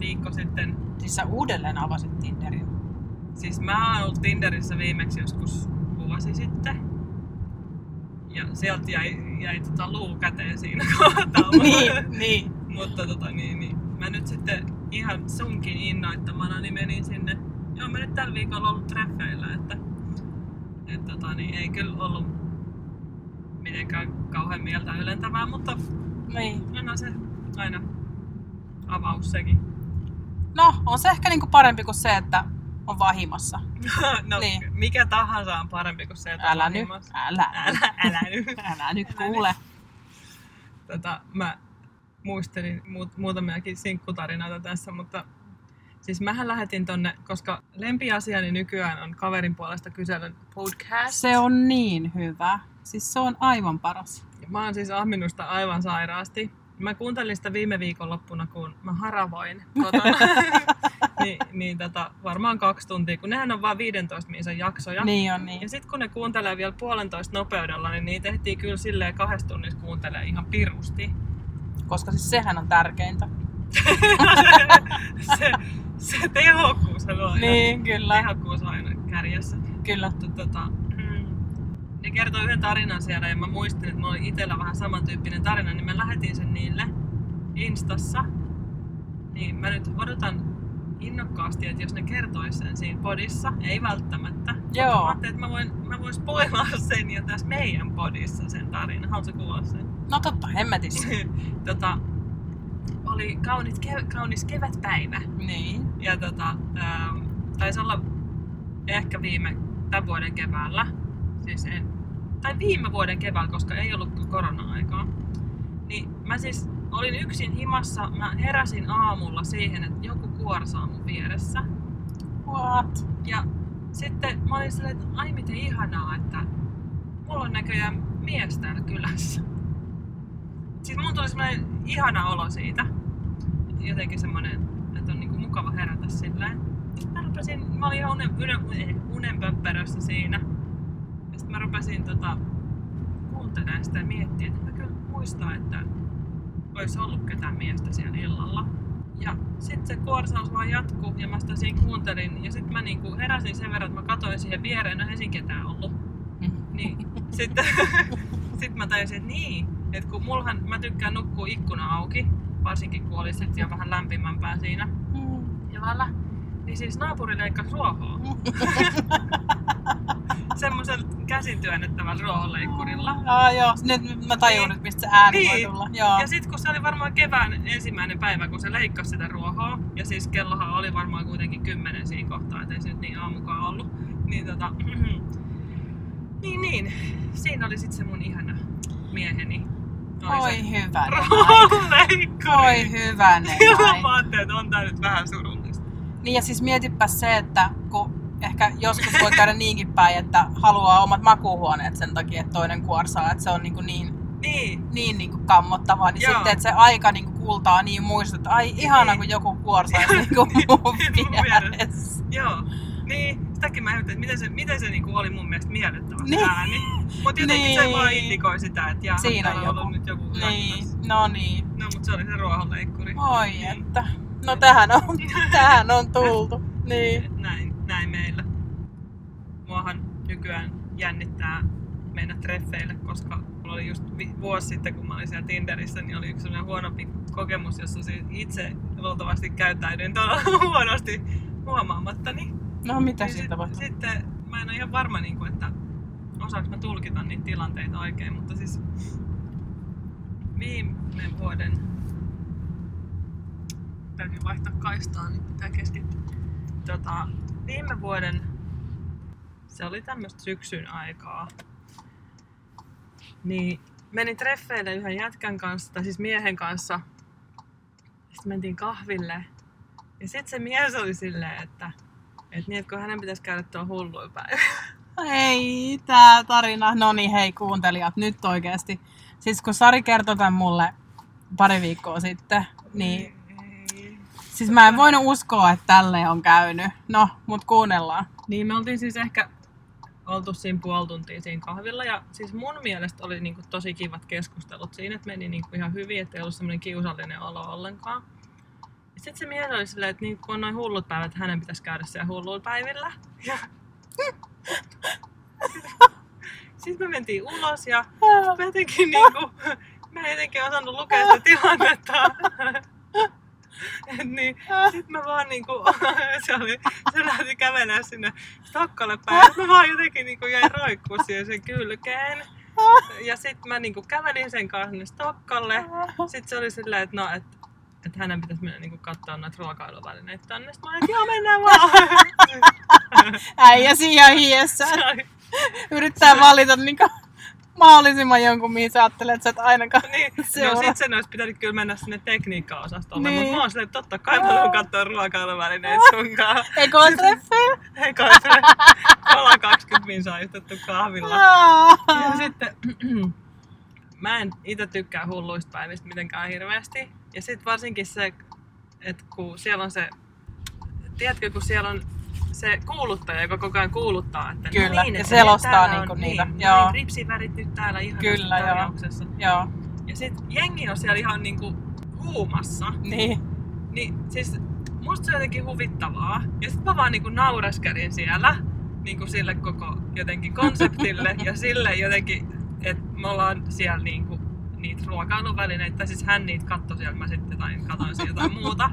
Speaker 1: viikko sitten.
Speaker 2: siis sä uudelleen avasit Tinderin.
Speaker 1: Siis mä oon ollut Tinderissä viimeksi joskus vuosi sitten. Ja sieltä jäi, jäi tota luu käteen siinä kohtaa.
Speaker 2: niin, niin.
Speaker 1: Mutta tota niin, niin, mä nyt sitten ihan sunkin innoittamana niin menin sinne. Joo, mä nyt tällä viikolla ollut treffeillä, että et tota niin, ei kyllä ollut mitenkään kauhean mieltä ylentävää, mutta
Speaker 2: niin.
Speaker 1: aina se aina avaus sekin.
Speaker 2: No, on se ehkä niinku parempi kuin se, että on vahimassa.
Speaker 1: no,
Speaker 2: Niin.
Speaker 1: niin. mikä tahansa on parempi kuin se, että
Speaker 2: Älä
Speaker 1: on
Speaker 2: nyt,
Speaker 1: olemassa.
Speaker 2: älä,
Speaker 1: Älä, älä nyt.
Speaker 2: älä nyt
Speaker 1: Älä
Speaker 2: kuule.
Speaker 1: tota, mä muistelin muut, muutamiakin sinkkutarinoita tässä, mutta siis mähän lähetin tonne, koska lempiasiani nykyään on kaverin puolesta kyselyn podcast.
Speaker 2: Se on niin hyvä. Siis se on aivan paras.
Speaker 1: Ja Mä oon siis ahminusta aivan sairaasti. Mä kuuntelin sitä viime viikonloppuna, kun mä haravoin kotona. niin, niin tota, varmaan kaksi tuntia, kun nehän on vain 15 minsan jaksoja.
Speaker 2: Niin on
Speaker 1: Ja
Speaker 2: niin.
Speaker 1: sitten kun ne kuuntelee vielä puolentoista nopeudella, niin niitä tehtiin kyllä silleen kahdessa tunnissa kuuntelee ihan pirusti.
Speaker 2: Koska siis sehän on tärkeintä.
Speaker 1: se, se tehokkuus on aina,
Speaker 2: Niin, kyllä.
Speaker 1: tehokkuus on aina kärjessä.
Speaker 2: Kyllä.
Speaker 1: Mutta tota, mm, ne kertoi yhden tarinan siellä ja mä muistin, että mulla oli itsellä vähän samantyyppinen tarina, niin mä lähetin sen niille Instassa. Niin mä nyt odotan innokkaasti, että jos ne kertois sen siinä podissa, ei välttämättä.
Speaker 2: Joo.
Speaker 1: Mä ajattelin, että mä voin, mä voin spoilaa sen jo tässä meidän podissa sen tarinan. Haluatko kuulla sen?
Speaker 2: No totta, hemmetissä.
Speaker 1: tota, oli kaunit, kev, kaunis kevätpäivä.
Speaker 2: niin.
Speaker 1: Ja tota, ähm, taisi olla ehkä viime tämän vuoden keväällä. Siis en, tai viime vuoden keväällä, koska ei ollut korona-aikaa. Niin mä siis olin yksin himassa. Mä heräsin aamulla siihen, että joku kuorsaa mun vieressä.
Speaker 2: What?
Speaker 1: Ja sitten mä olin silleen, että ai miten ihanaa, että mulla on näköjään mies täällä kylässä. Sitten mun tuli semmoinen ihana olo siitä. Jotenkin semmoinen, että on niinku mukava herätä silleen. Sitten mä rupesin, mä olin ihan unen, eh, unen, unenpöppärössä siinä. Ja sitten mä rupesin tota, kuuntelemaan sitä ja miettimään, että mä kyllä muistan, että olisi ollut ketään miestä siellä illalla. Ja sitten se kuorsaus vaan jatkuu ja mä sitä siinä kuuntelin. Ja sitten mä niinku heräsin sen verran, että mä katsoin siihen viereen, no eihän ketään ollut. Niin. Sitten sit mä tajusin, että niin, että kun mulhan, mä tykkään nukkua ikkuna auki, varsinkin kun oli sit jo vähän lämpimämpää siinä
Speaker 2: Mm.
Speaker 1: illalla, niin siis naapuri leikkasi ruohoa. Semmoisella käsityönnettävällä ruohonleikkurilla.
Speaker 2: Ah, joo, nyt mä tajun,
Speaker 1: Niin.
Speaker 2: niin. mistä se ääni
Speaker 1: Niin.
Speaker 2: voi tulla. Joo.
Speaker 1: Ja sitten kun se oli varmaan kevään ensimmäinen päivä, kun se leikkasi sitä ruohoa, ja siis kellohan oli varmaan kuitenkin kymmenen siinä kohtaa, ettei se nyt niin aamukaan ollut, niin tota, niin niin, siinä oli sitten se mun ihana mieheni.
Speaker 2: Oi hyvä. Oi
Speaker 1: Ruohonleikkuri!
Speaker 2: hyvänen.
Speaker 1: Joo,
Speaker 2: aika.
Speaker 1: mä ajattelin, että on tää nyt vähän surullista.
Speaker 2: Niin ja siis mietipä se, että kun ehkä joskus voi käydä niinkin päin, että haluaa omat makuuhuoneet sen takia, että toinen kuorsaa, että se on niin, kuin niin,
Speaker 1: Niin,
Speaker 2: niin, niin kuin kammottavaa, niin
Speaker 1: Joo.
Speaker 2: Joo. sitten että se aika niin kuin kultaa niin muistut, että ai ihana,
Speaker 1: Niin.
Speaker 2: kun joku kuorsaisi niin kuin mun
Speaker 1: Niin, mun
Speaker 2: vieressä.
Speaker 1: joo. Niin, sitäkin mä ajattelin, että miten se, miten se niinku oli mun mielestä miellyttävä se
Speaker 2: Niin.
Speaker 1: ääni. Mutta jotenkin niin. se
Speaker 2: Niin.
Speaker 1: vaan indikoi sitä, että jaha,
Speaker 2: Siinä on
Speaker 1: täällä on
Speaker 2: joku.
Speaker 1: ollut nyt joku
Speaker 2: Niin,
Speaker 1: niin.
Speaker 2: no niin.
Speaker 1: No, mutta se oli se ruohonleikkuri.
Speaker 2: Oi
Speaker 1: Niin,
Speaker 2: että. No tähän on, tähän on tultu. Niin.
Speaker 1: Näin, näin meillä. Muahan nykyään jännittää mennä treffeille, koska mulla oli just vi- vuosi sitten, kun mä olin siellä Tinderissä, niin oli yksi sellainen huonompi kokemus, jossa siis itse luultavasti käyttäydyin todella huonosti huomaamattani.
Speaker 2: No mitä
Speaker 1: Niin
Speaker 2: siitä
Speaker 1: sit-
Speaker 2: tapahtuu?
Speaker 1: Sitten mä en ole ihan varma, niin kuin, että osaanko mä tulkita niitä tilanteita oikein, mutta siis viime vuoden täytyy vaihtaa kaistaa, niin pitää keskittyä. Tota, viime vuoden se oli tämmöistä syksyn aikaa. Niin menin treffeille yhden jätkän kanssa, tai siis miehen kanssa. Sitten mentiin kahville. Ja sitten se mies oli silleen, että et niin, että kun hänen pitäisi käydä tuon hulluin päivä.
Speaker 2: Hei, tää tarina. No niin, hei kuuntelijat, nyt oikeesti. Siis kun Sari kertoi tän mulle pari viikkoa sitten, niin siis mä en voinut uskoa, että tälle on käynyt. No, mut kuunnellaan.
Speaker 1: Niin me oltiin siis ehkä oltu siinä puoli tuntia siinä kahvilla ja siis mun mielestä oli niinku tosi kivat keskustelut siinä, että meni niinku ihan hyvin, että ei ollut semmoinen kiusallinen olo ollenkaan. Sitten se mies oli silleen, että niinku kun on noin hullut päivät, että hänen pitäisi käydä siellä hulluilla päivillä. Ja... Sitten me mentiin ulos ja mä jotenkin niinku, mä en jotenkin osannut lukea sitä tilannetta. Et niin, sit mä vaan niinku, se, oli, se lähti kävelemään sinne Stokkalle päin. Et Mä vaan jotenkin niinku jäin roikkuu siihen sen kylkeen. Ja sit mä niinku kävelin sen kanssa sinne Stokkalle. Sit se oli silleen, että no, et, et hänen pitäisi mennä niinku katsoa noita ruokailuvälineitä tänne. Sit mä olin, että joo mennään vaan.
Speaker 2: Äijä siinä hiessä.
Speaker 1: Se oli-
Speaker 2: Yrittää valita niin mahdollisimman jonkun, mihin sä ajattelet, että sä et ainakaan
Speaker 1: Niin, no
Speaker 2: seuraa.
Speaker 1: sit sen olisi pitänyt kyllä mennä sinne tekniikkaosastolle, niin.
Speaker 2: Niin.
Speaker 1: mutta mä oon silleen, että totta kai mä haluan katsoa ruokailuvälineitä sunkaan.
Speaker 2: Eikö ole treffejä?
Speaker 1: Eikä ole sille, me ollaan 20 min saa istuttu kahvilla. Ja sitten, mä en itse tykkää hulluista päivistä mitenkään hirveästi. Ja sitten varsinkin se, että kun siellä on se, tiedätkö, kun siellä on se kuuluttaja, joka koko ajan kuuluttaa, että
Speaker 2: Kyllä,
Speaker 1: no niin,
Speaker 2: ja
Speaker 1: että
Speaker 2: selostaa
Speaker 1: täällä on-
Speaker 2: niinku niitä,
Speaker 1: Niin,
Speaker 2: joo.
Speaker 1: niin, ripsivärit nyt täällä ihan
Speaker 2: Kyllä, joo.
Speaker 1: tarjouksessa.
Speaker 2: Joo,
Speaker 1: Ja sit jengi on siellä ihan niinku huumassa.
Speaker 2: niin.
Speaker 1: Niin siis musta se on jotenkin huvittavaa. Ja sit mä vaan niinku nauraskelin siellä niinku sille koko jotenkin konseptille ja sille jotenkin, että me ollaan siellä niinku niitä ruokailuvälineitä. Tai siis hän niitä katsoi siellä, mä sitten jotain, katoin siellä jotain muuta.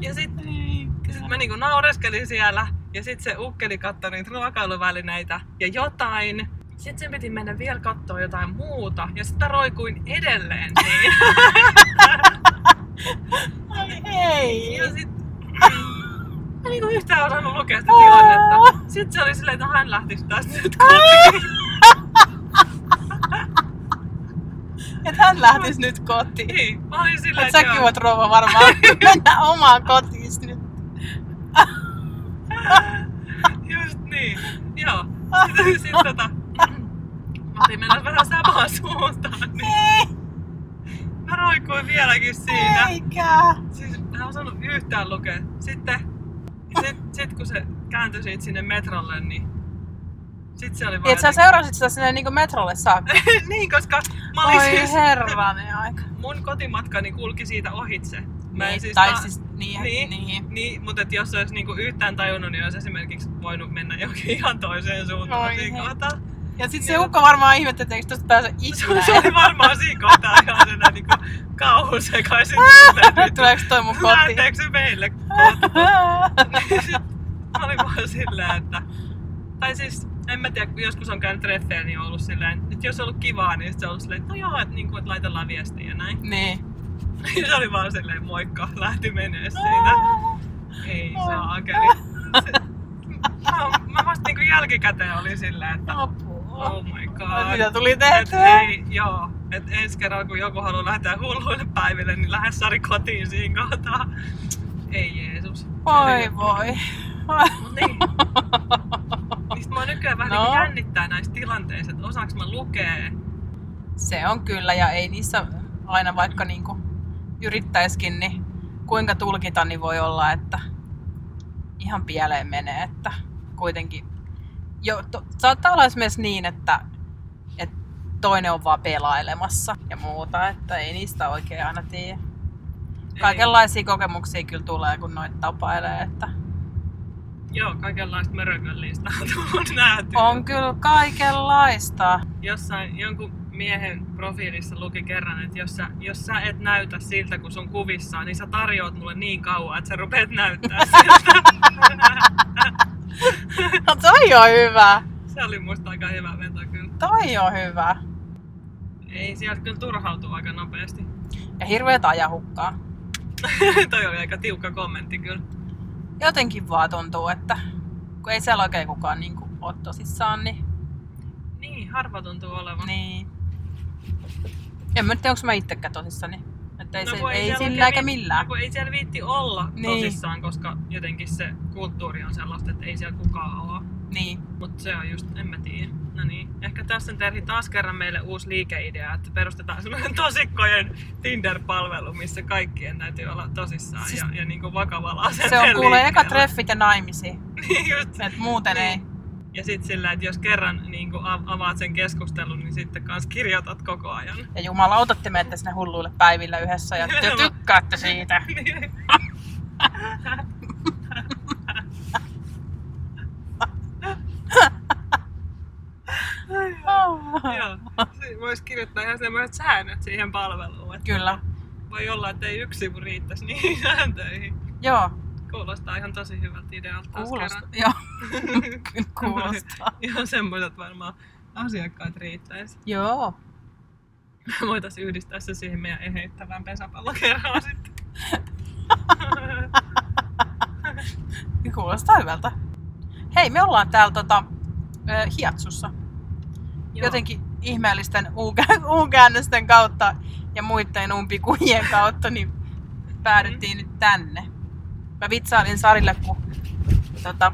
Speaker 1: Ja sit
Speaker 2: Niin.
Speaker 1: Ja sit mä niinku naureskelin siellä ja sit se ukkeli katsoi niitä ruokailuvälineitä ja jotain. Sitten sen piti mennä vielä katsoa jotain muuta ja sitä roikuin edelleen niin.
Speaker 2: Ai ei!
Speaker 1: ja sit mä niinku yhtään osannut lukea sitä tilannetta. Sitten se oli silleen, että no hän lähtisi tästä nyt kotiin.
Speaker 2: Et hän lähtis nyt kotiin.
Speaker 1: Niin, mä olin silleen,
Speaker 2: Et säkin
Speaker 1: joo.
Speaker 2: voit rouva varmaan mennä omaan kotiin nyt.
Speaker 1: Just niin. Joo. Sitten sit, tota, mä olin mennä vähän samaan suuntaan, niin
Speaker 2: Ei,
Speaker 1: mä roikuin vieläkin siinä.
Speaker 2: eikä.
Speaker 1: Siis mä en osannut yhtään lukea. Sitten sit, sit kun se kääntyi siitä sinne metrolle, niin sit se oli vaan...
Speaker 2: Niin, et sä seurasit sitä sinne niinku metrolle saakka.
Speaker 1: jotenkin- niin, koska mä olin
Speaker 2: Oi
Speaker 1: siis...
Speaker 2: herranen aika.
Speaker 1: Mun kotimatkani kulki siitä ohitse. Mä en
Speaker 2: Niin,
Speaker 1: siis
Speaker 2: tai
Speaker 1: ta-
Speaker 2: siis, niin,
Speaker 1: Niin.
Speaker 2: niin. niin.
Speaker 1: Niin, mutta et jos se olisi niinku yhtään tajunnut, niin olisi esimerkiksi voinut mennä johonkin ihan toiseen suuntaan
Speaker 2: Oi
Speaker 1: siinä
Speaker 2: hei.
Speaker 1: kohtaa.
Speaker 2: Ja sit se
Speaker 1: Joo.
Speaker 2: ukko varmaan ihmettä, että eikö tosta pääse
Speaker 1: Se
Speaker 2: ikinä.
Speaker 1: oli varmaan siinä kohtaa ihan senä niinku kauhun sekaisin tunteet, että
Speaker 2: Tuleeko toi mun kotiin?
Speaker 1: Lähteekö se meille kohta? Sitten mä olin vaan silleen, että... Tai siis, en mä tiedä, kun joskus on käynyt treffeillä, niin on ollut silleen, että jos on ollut kivaa, niin sit se on ollut silleen, että no joo, että, niinku, että laitellaan viestiä ja näin.
Speaker 2: niin.
Speaker 1: Ja se oli vaan silleen, moikka, lähti menee
Speaker 2: No.
Speaker 1: siitä. Ei
Speaker 2: Oi.
Speaker 1: saakeli. Se- Mä, mä vasta niinku jälkikäteen oli silleen, että
Speaker 2: Apua.
Speaker 1: oh my
Speaker 2: No. Ai,
Speaker 1: god.
Speaker 2: Mitä tuli
Speaker 1: Et
Speaker 2: tehtyä?
Speaker 1: ei, joo. Et ensi kerralla kun joku haluaa lähteä hulluille päiville, niin lähde Sari kotiin siinä kohtaa. Ei Jeesus.
Speaker 2: Voi voi.
Speaker 1: Mut niin. Niistä mua nykyään vähän
Speaker 2: No.
Speaker 1: no. jännittää näissä tilanteissa, että osaanko mä lukee.
Speaker 2: Se on kyllä ja ei niissä aina vaikka niinku yrittäiskin, niin kuinka tulkita, niin voi olla, että ihan pieleen menee, että kuitenkin jo, to, saattaa olla esimerkiksi niin, että, että toinen on vaan pelailemassa ja muuta, että ei niistä oikein aina tiedä. Kaikenlaisia kokemuksia kyllä tulee, kun noita tapailee, että
Speaker 1: Ei, joo, kaikenlaista mörököllistä on tullut nähty.
Speaker 2: on kyllä kaikenlaista.
Speaker 1: Jossain jonkun miehen profiilissa luki kerran, että jos sä, jos sä et näytä siltä, kun sun kuvissa on, niin sä tarjoat mulle niin kauan, että sä rupeat näyttää siltä.
Speaker 2: No toi on hyvä,
Speaker 1: Se oli musta aika hyvä veto kyllä.
Speaker 2: toi on hyvä.
Speaker 1: Ei sieltä kyllä turhautu aika nopeasti.
Speaker 2: Ja hirveet ajahukkaa.
Speaker 1: Toi oli aika tiukka kommentti kyllä.
Speaker 2: jotenkin vaan tuntuu, että kun ei siellä oikein kukaan niin ole tosissaan, niin,
Speaker 1: Niin, harva tuntuu olevan.
Speaker 2: niin... En mä nyt tiedä, onko mä itsekään tosissani. Että ei, no, se,
Speaker 1: kun
Speaker 2: ei
Speaker 1: siellä
Speaker 2: sillä eikä
Speaker 1: viit-
Speaker 2: millään.
Speaker 1: No, kun ei siellä viitti olla niin.
Speaker 2: Niin.
Speaker 1: tosissaan, koska jotenkin se kulttuuri on sellaista, että ei siellä kukaan ole.
Speaker 2: Niin.
Speaker 1: Mutta se on just, en mä tiedä. No niin. Ehkä tässä on Terhi taas kerran meille uusi liikeidea, että perustetaan semmoinen tosikkojen Tinder-palvelu, missä kaikkien täytyy olla tosissaan
Speaker 2: Siis-
Speaker 1: ja, ja niin kuin vakavalla asenteella
Speaker 2: Se on kuule eka
Speaker 1: liikkeellä.
Speaker 2: treffit ja naimisiin.
Speaker 1: Niin just.
Speaker 2: Et muuten ei.
Speaker 1: Niin. Ja sit sillä, että jos kerran niin kun av- avaat sen keskustelun, niin sitten kans kirjoitat koko ajan.
Speaker 2: Ja jumalauta, te menette sinne hulluille päivillä yhdessä ja te tykkäätte siitä.
Speaker 1: Niin. Joo. Si- Voisi kirjoittaa ihan semmoiset säännöt siihen palveluun. Että
Speaker 2: Kyllä.
Speaker 1: voi olla, että ei yksi sivu riittäisi niihin sääntöihin.
Speaker 2: Joo,
Speaker 1: Kuulostaa ihan tosi hyvältä idealta taas
Speaker 2: kuulostaa. Joo,
Speaker 1: kerran.
Speaker 2: kyllä kuulostaa.
Speaker 1: ihan semmoiset varmaan asiakkaat riittäisi.
Speaker 2: Joo.
Speaker 1: Voitaisiin yhdistää se siihen meidän eheyttävään pesäpallokerhoon sitten.
Speaker 2: Kuulostaa hyvältä. Hei, me ollaan täällä tota, ö, Hiatsussa.
Speaker 1: Joo.
Speaker 2: jotenkin ihmeellisten u- u-käännösten kautta ja muiden umpikujien kautta, niin päädyttiin nyt tänne. Mä vitsailin Sarille, kun tota,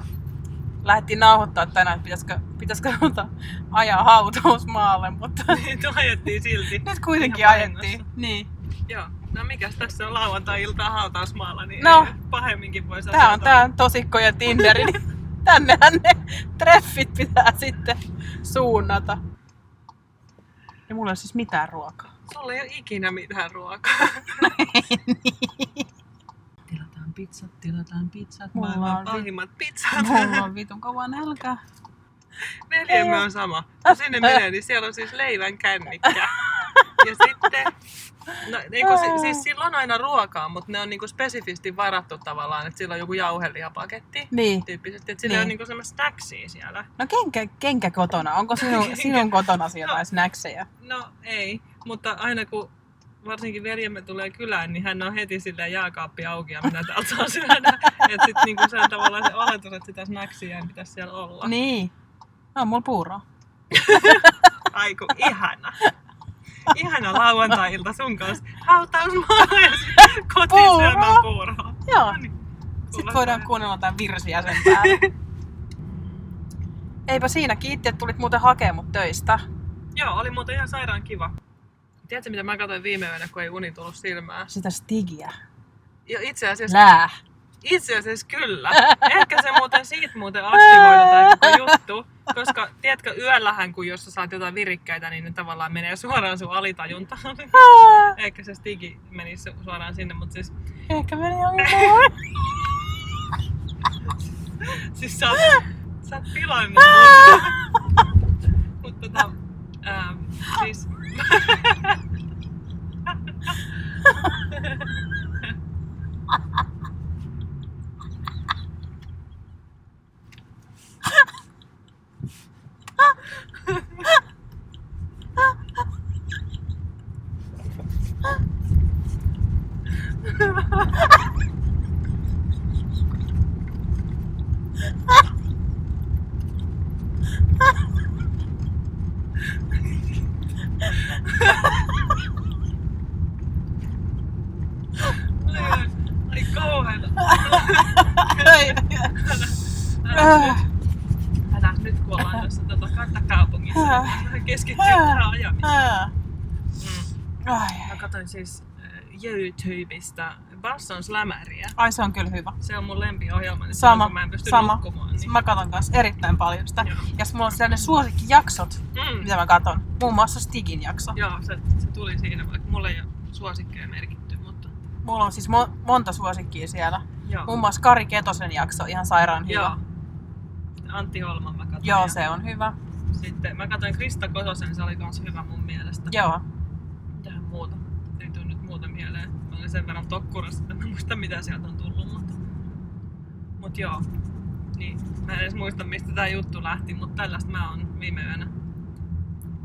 Speaker 2: lähdettiin nauhoittaa tänään, että pitäisikö, pitäisikö tota, ajaa hautausmaalle, mutta
Speaker 1: Niin, ajettiin silti.
Speaker 2: nyt kuitenkin
Speaker 1: Ihan
Speaker 2: ajettiin. Niin.
Speaker 1: Joo. No mikäs tässä on lauantai-iltaa hautausmaalla, niin
Speaker 2: No.
Speaker 1: ei pahemminkin voi sanoa.
Speaker 2: Tää on tää on tosikko ja Tinderi, niin tännehän ne treffit pitää sitten suunnata. Ja mulla ei ole siis mitään ruokaa.
Speaker 1: Sulla ei ole ikinä mitään ruokaa. tilataan pizzat, tilataan
Speaker 2: Niin.
Speaker 1: pizzat,
Speaker 2: Mulla
Speaker 1: maailman
Speaker 2: on vi-
Speaker 1: pahimmat pizzat.
Speaker 2: Mulla on vitun kauan nälkä.
Speaker 1: Veljemme No on sama. Kun sinne menee, niin siellä on siis leivän kännikkä. Ja sitten No, eikö, si- siis sillä on aina ruokaa, mutta ne on niinku spesifisti varattu tavallaan, että sillä on joku jauhelihapaketti
Speaker 2: Niin.
Speaker 1: tyyppisesti, että sillä
Speaker 2: Niin.
Speaker 1: on niinku semmoista snacksia siellä.
Speaker 2: No kenkä, kenkä kotona? Onko sinun, sinun kotona siellä no. snackseja?
Speaker 1: No ei, mutta aina kun varsinkin veljemme tulee kylään, niin hän on heti sillä jääkaappi auki ja minä täältä saan syödä. että sitten niinku se on tavallaan se oletus, että sitä snacksia ei pitäisi siellä olla. Niin.
Speaker 2: Niin. No, on mulla puuro.
Speaker 1: Aiku, ihana. Ihana lauantai-ilta sun kanssa. Hautausmaa ja kotiin
Speaker 2: Puuroa.
Speaker 1: syömään puuroa.
Speaker 2: Joo.
Speaker 1: No niin.
Speaker 2: Sitten voidaan kuunnella jotain virsiä sen päälle. Eipä siinä, kiitti, että tulit muuten hakemaan mut töistä.
Speaker 1: Joo, oli muuten ihan sairaan kiva. Tiedätkö, mitä mä katsoin viime yönä, kun ei uni tullut silmään?
Speaker 2: Sitä stigiä.
Speaker 1: Jo, itse, asiassa,
Speaker 2: Lää.
Speaker 1: itse asiassa kyllä. Ehkä se muuten siitä muuten aktivoidaan tämä koko juttu. Koska tiedätkö, yöllähän kun jos sä saat jotain virikkäitä, niin ne tavallaan menee suoraan sun alitajuntaan.
Speaker 2: Ah,
Speaker 1: Ehkä se stigi meni su- suoraan sinne, mutta siis,
Speaker 2: Ehkä meni jonkin muuhun.
Speaker 1: siis sä, oot, sä oot pilannut mun. Mutta tota, ähm, siis... Ai, ai kauheeta. Älä nyt- Äh, älä nyt kun ollaan tässä tota kantakaupungissa, niin voisi vähän keskittyä tähän ajamiseen.
Speaker 2: Ah.
Speaker 1: Mm. Mä
Speaker 2: Ai.
Speaker 1: katsoin siis äh, YouTubeista Basson Slämäriä.
Speaker 2: Ai se on kyllä hyvä.
Speaker 1: Se on mun lempiohjelma, niin
Speaker 2: Sama,
Speaker 1: silloin, kun mä en pysty
Speaker 2: sama.
Speaker 1: nukkumaan. Niin...
Speaker 2: Mä katon kanssa erittäin paljon sitä.
Speaker 1: Joo.
Speaker 2: Ja sit mulla on sellainen suosikkijaksot,
Speaker 1: Mm.
Speaker 2: mitä mä katon. Muun muassa Stigin jakso.
Speaker 1: Joo, se, se tuli siinä, vaikka mulla ei ole suosikkeja merkitty, mutta
Speaker 2: Mulla on siis mo- monta suosikkia siellä.
Speaker 1: joo.
Speaker 2: Muun muassa Kari Ketosen jakso, ihan sairaan hyvä.
Speaker 1: joo. Antti Holman mä katsoin.
Speaker 2: Joo,
Speaker 1: ja
Speaker 2: se on hyvä.
Speaker 1: Sitten mä katsoin Krista Kososen, se oli kans hyvä mun mielestä.
Speaker 2: Joo.
Speaker 1: Mitähän muuta? Ei tule nyt muuta mieleen. Mä olin sen verran tokkurassa, että mä en muista mitä sieltä on tullut, mutta... Mut joo. Niin, mä en edes muista mistä tää juttu lähti, mutta tällaista mä oon viime yönä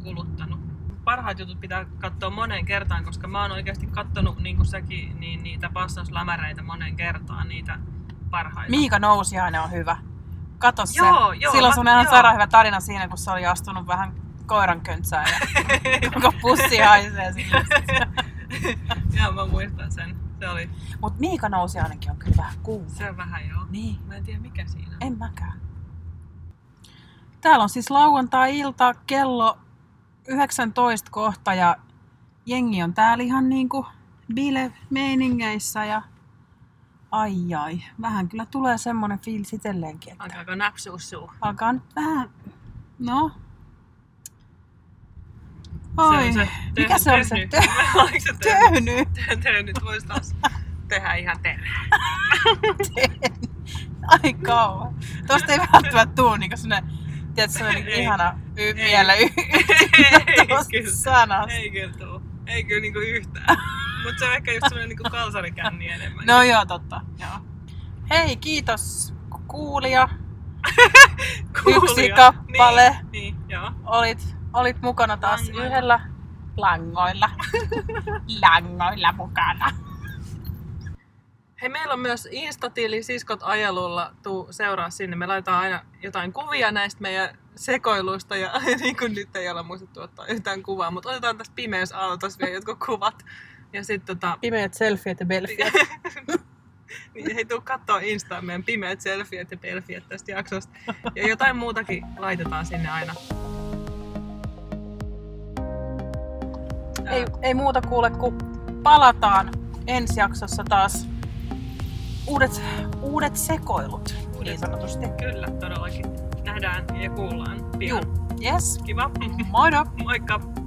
Speaker 1: kuluttanut. Parhaat jutut pitää katsoa moneen kertaan, koska mä oon oikeasti kattonut, niin kuin säkin, niin niitä passauslämäreitä moneen kertaan, niitä parhaita.
Speaker 2: Miika Nousiainen on hyvä. Kato
Speaker 1: Joo,
Speaker 2: se.
Speaker 1: joo,
Speaker 2: Silloin
Speaker 1: mä-
Speaker 2: sun on ihan
Speaker 1: joo.
Speaker 2: sairaan hyvä tarina siinä, kun se oli astunut vähän koiran köntsään ja koko pussi haisee sinne.
Speaker 1: Joo, mä muistan sen. Se oli,
Speaker 2: Mut Miika Nousiainenkin on kyllä vähän kuuma.
Speaker 1: se on vähän joo.
Speaker 2: Niin,
Speaker 1: Mä en tiedä mikä siinä on.
Speaker 2: en mäkään. Täällä on siis lauantai-ilta kello 19 kohta ja jengi on täällä ihan niinku bile-meiningeissä ja ai ai. Vähän kyllä tulee semmonen fiilis itselleenkin, että
Speaker 1: Alkaako näpsuu suu?
Speaker 2: Alkaa nyt vähän... No.
Speaker 1: on
Speaker 2: Oi,
Speaker 1: se
Speaker 2: mikä
Speaker 1: tö-
Speaker 2: se oli se
Speaker 1: tönny.
Speaker 2: tö-
Speaker 1: Oliko se tö-
Speaker 2: töyny?
Speaker 1: tö- tö- nyt voisi taas tehdä ihan terää.
Speaker 2: Ai kauan. Tuosta ei välttämättä tuu niinku sinne, tiedätkö, se on niinku
Speaker 1: Ei.
Speaker 2: ihana y-
Speaker 1: Ei.
Speaker 2: vielä y-
Speaker 1: Ei
Speaker 2: tosta
Speaker 1: kyllä.
Speaker 2: sanasta.
Speaker 1: Ei kyllä tuu. Ei kyllä niinku yhtään. Mut se on ehkä just semmonen niinku kalsarikänni enemmän.
Speaker 2: No joo, totta. Joo. Hei, kiitos ku- kuulija.
Speaker 1: Kuulija.
Speaker 2: yksi kappale.
Speaker 1: niinku Niin, niin joo.
Speaker 2: Olit, olit mukana taas
Speaker 1: Langoilla.
Speaker 2: yhdellä langoilla. langoilla mukana.
Speaker 1: Hei, meillä on myös Instatili Siskot Ajelulla. Tuu seuraa sinne. Me laitetaan aina jotain kuvia näistä meidän sekoiluista ja niin kuin nyt ei ole muistettu ottaa yhtään kuvaa, mutta otetaan tässä pimeysautossa vielä jotkut kuvat. Ja sitten tota,
Speaker 2: Pimeät selfiet ja belfiet.
Speaker 1: niin hei, tuu kattoo Instaan meidän pimeät selfiet ja pelfiet tästä jaksosta. Ja jotain muutakin laitetaan sinne aina. Ää,
Speaker 2: Ei, ei muuta kuule, kun palataan ensi jaksossa taas uudet, uudet sekoilut,
Speaker 1: Uudet.
Speaker 2: niin sanotusti.
Speaker 1: Kyllä, todellakin. Nähdään ja kuullaan pian.
Speaker 2: Juu, yes,
Speaker 1: Kiva.
Speaker 2: moro!
Speaker 1: Moikka!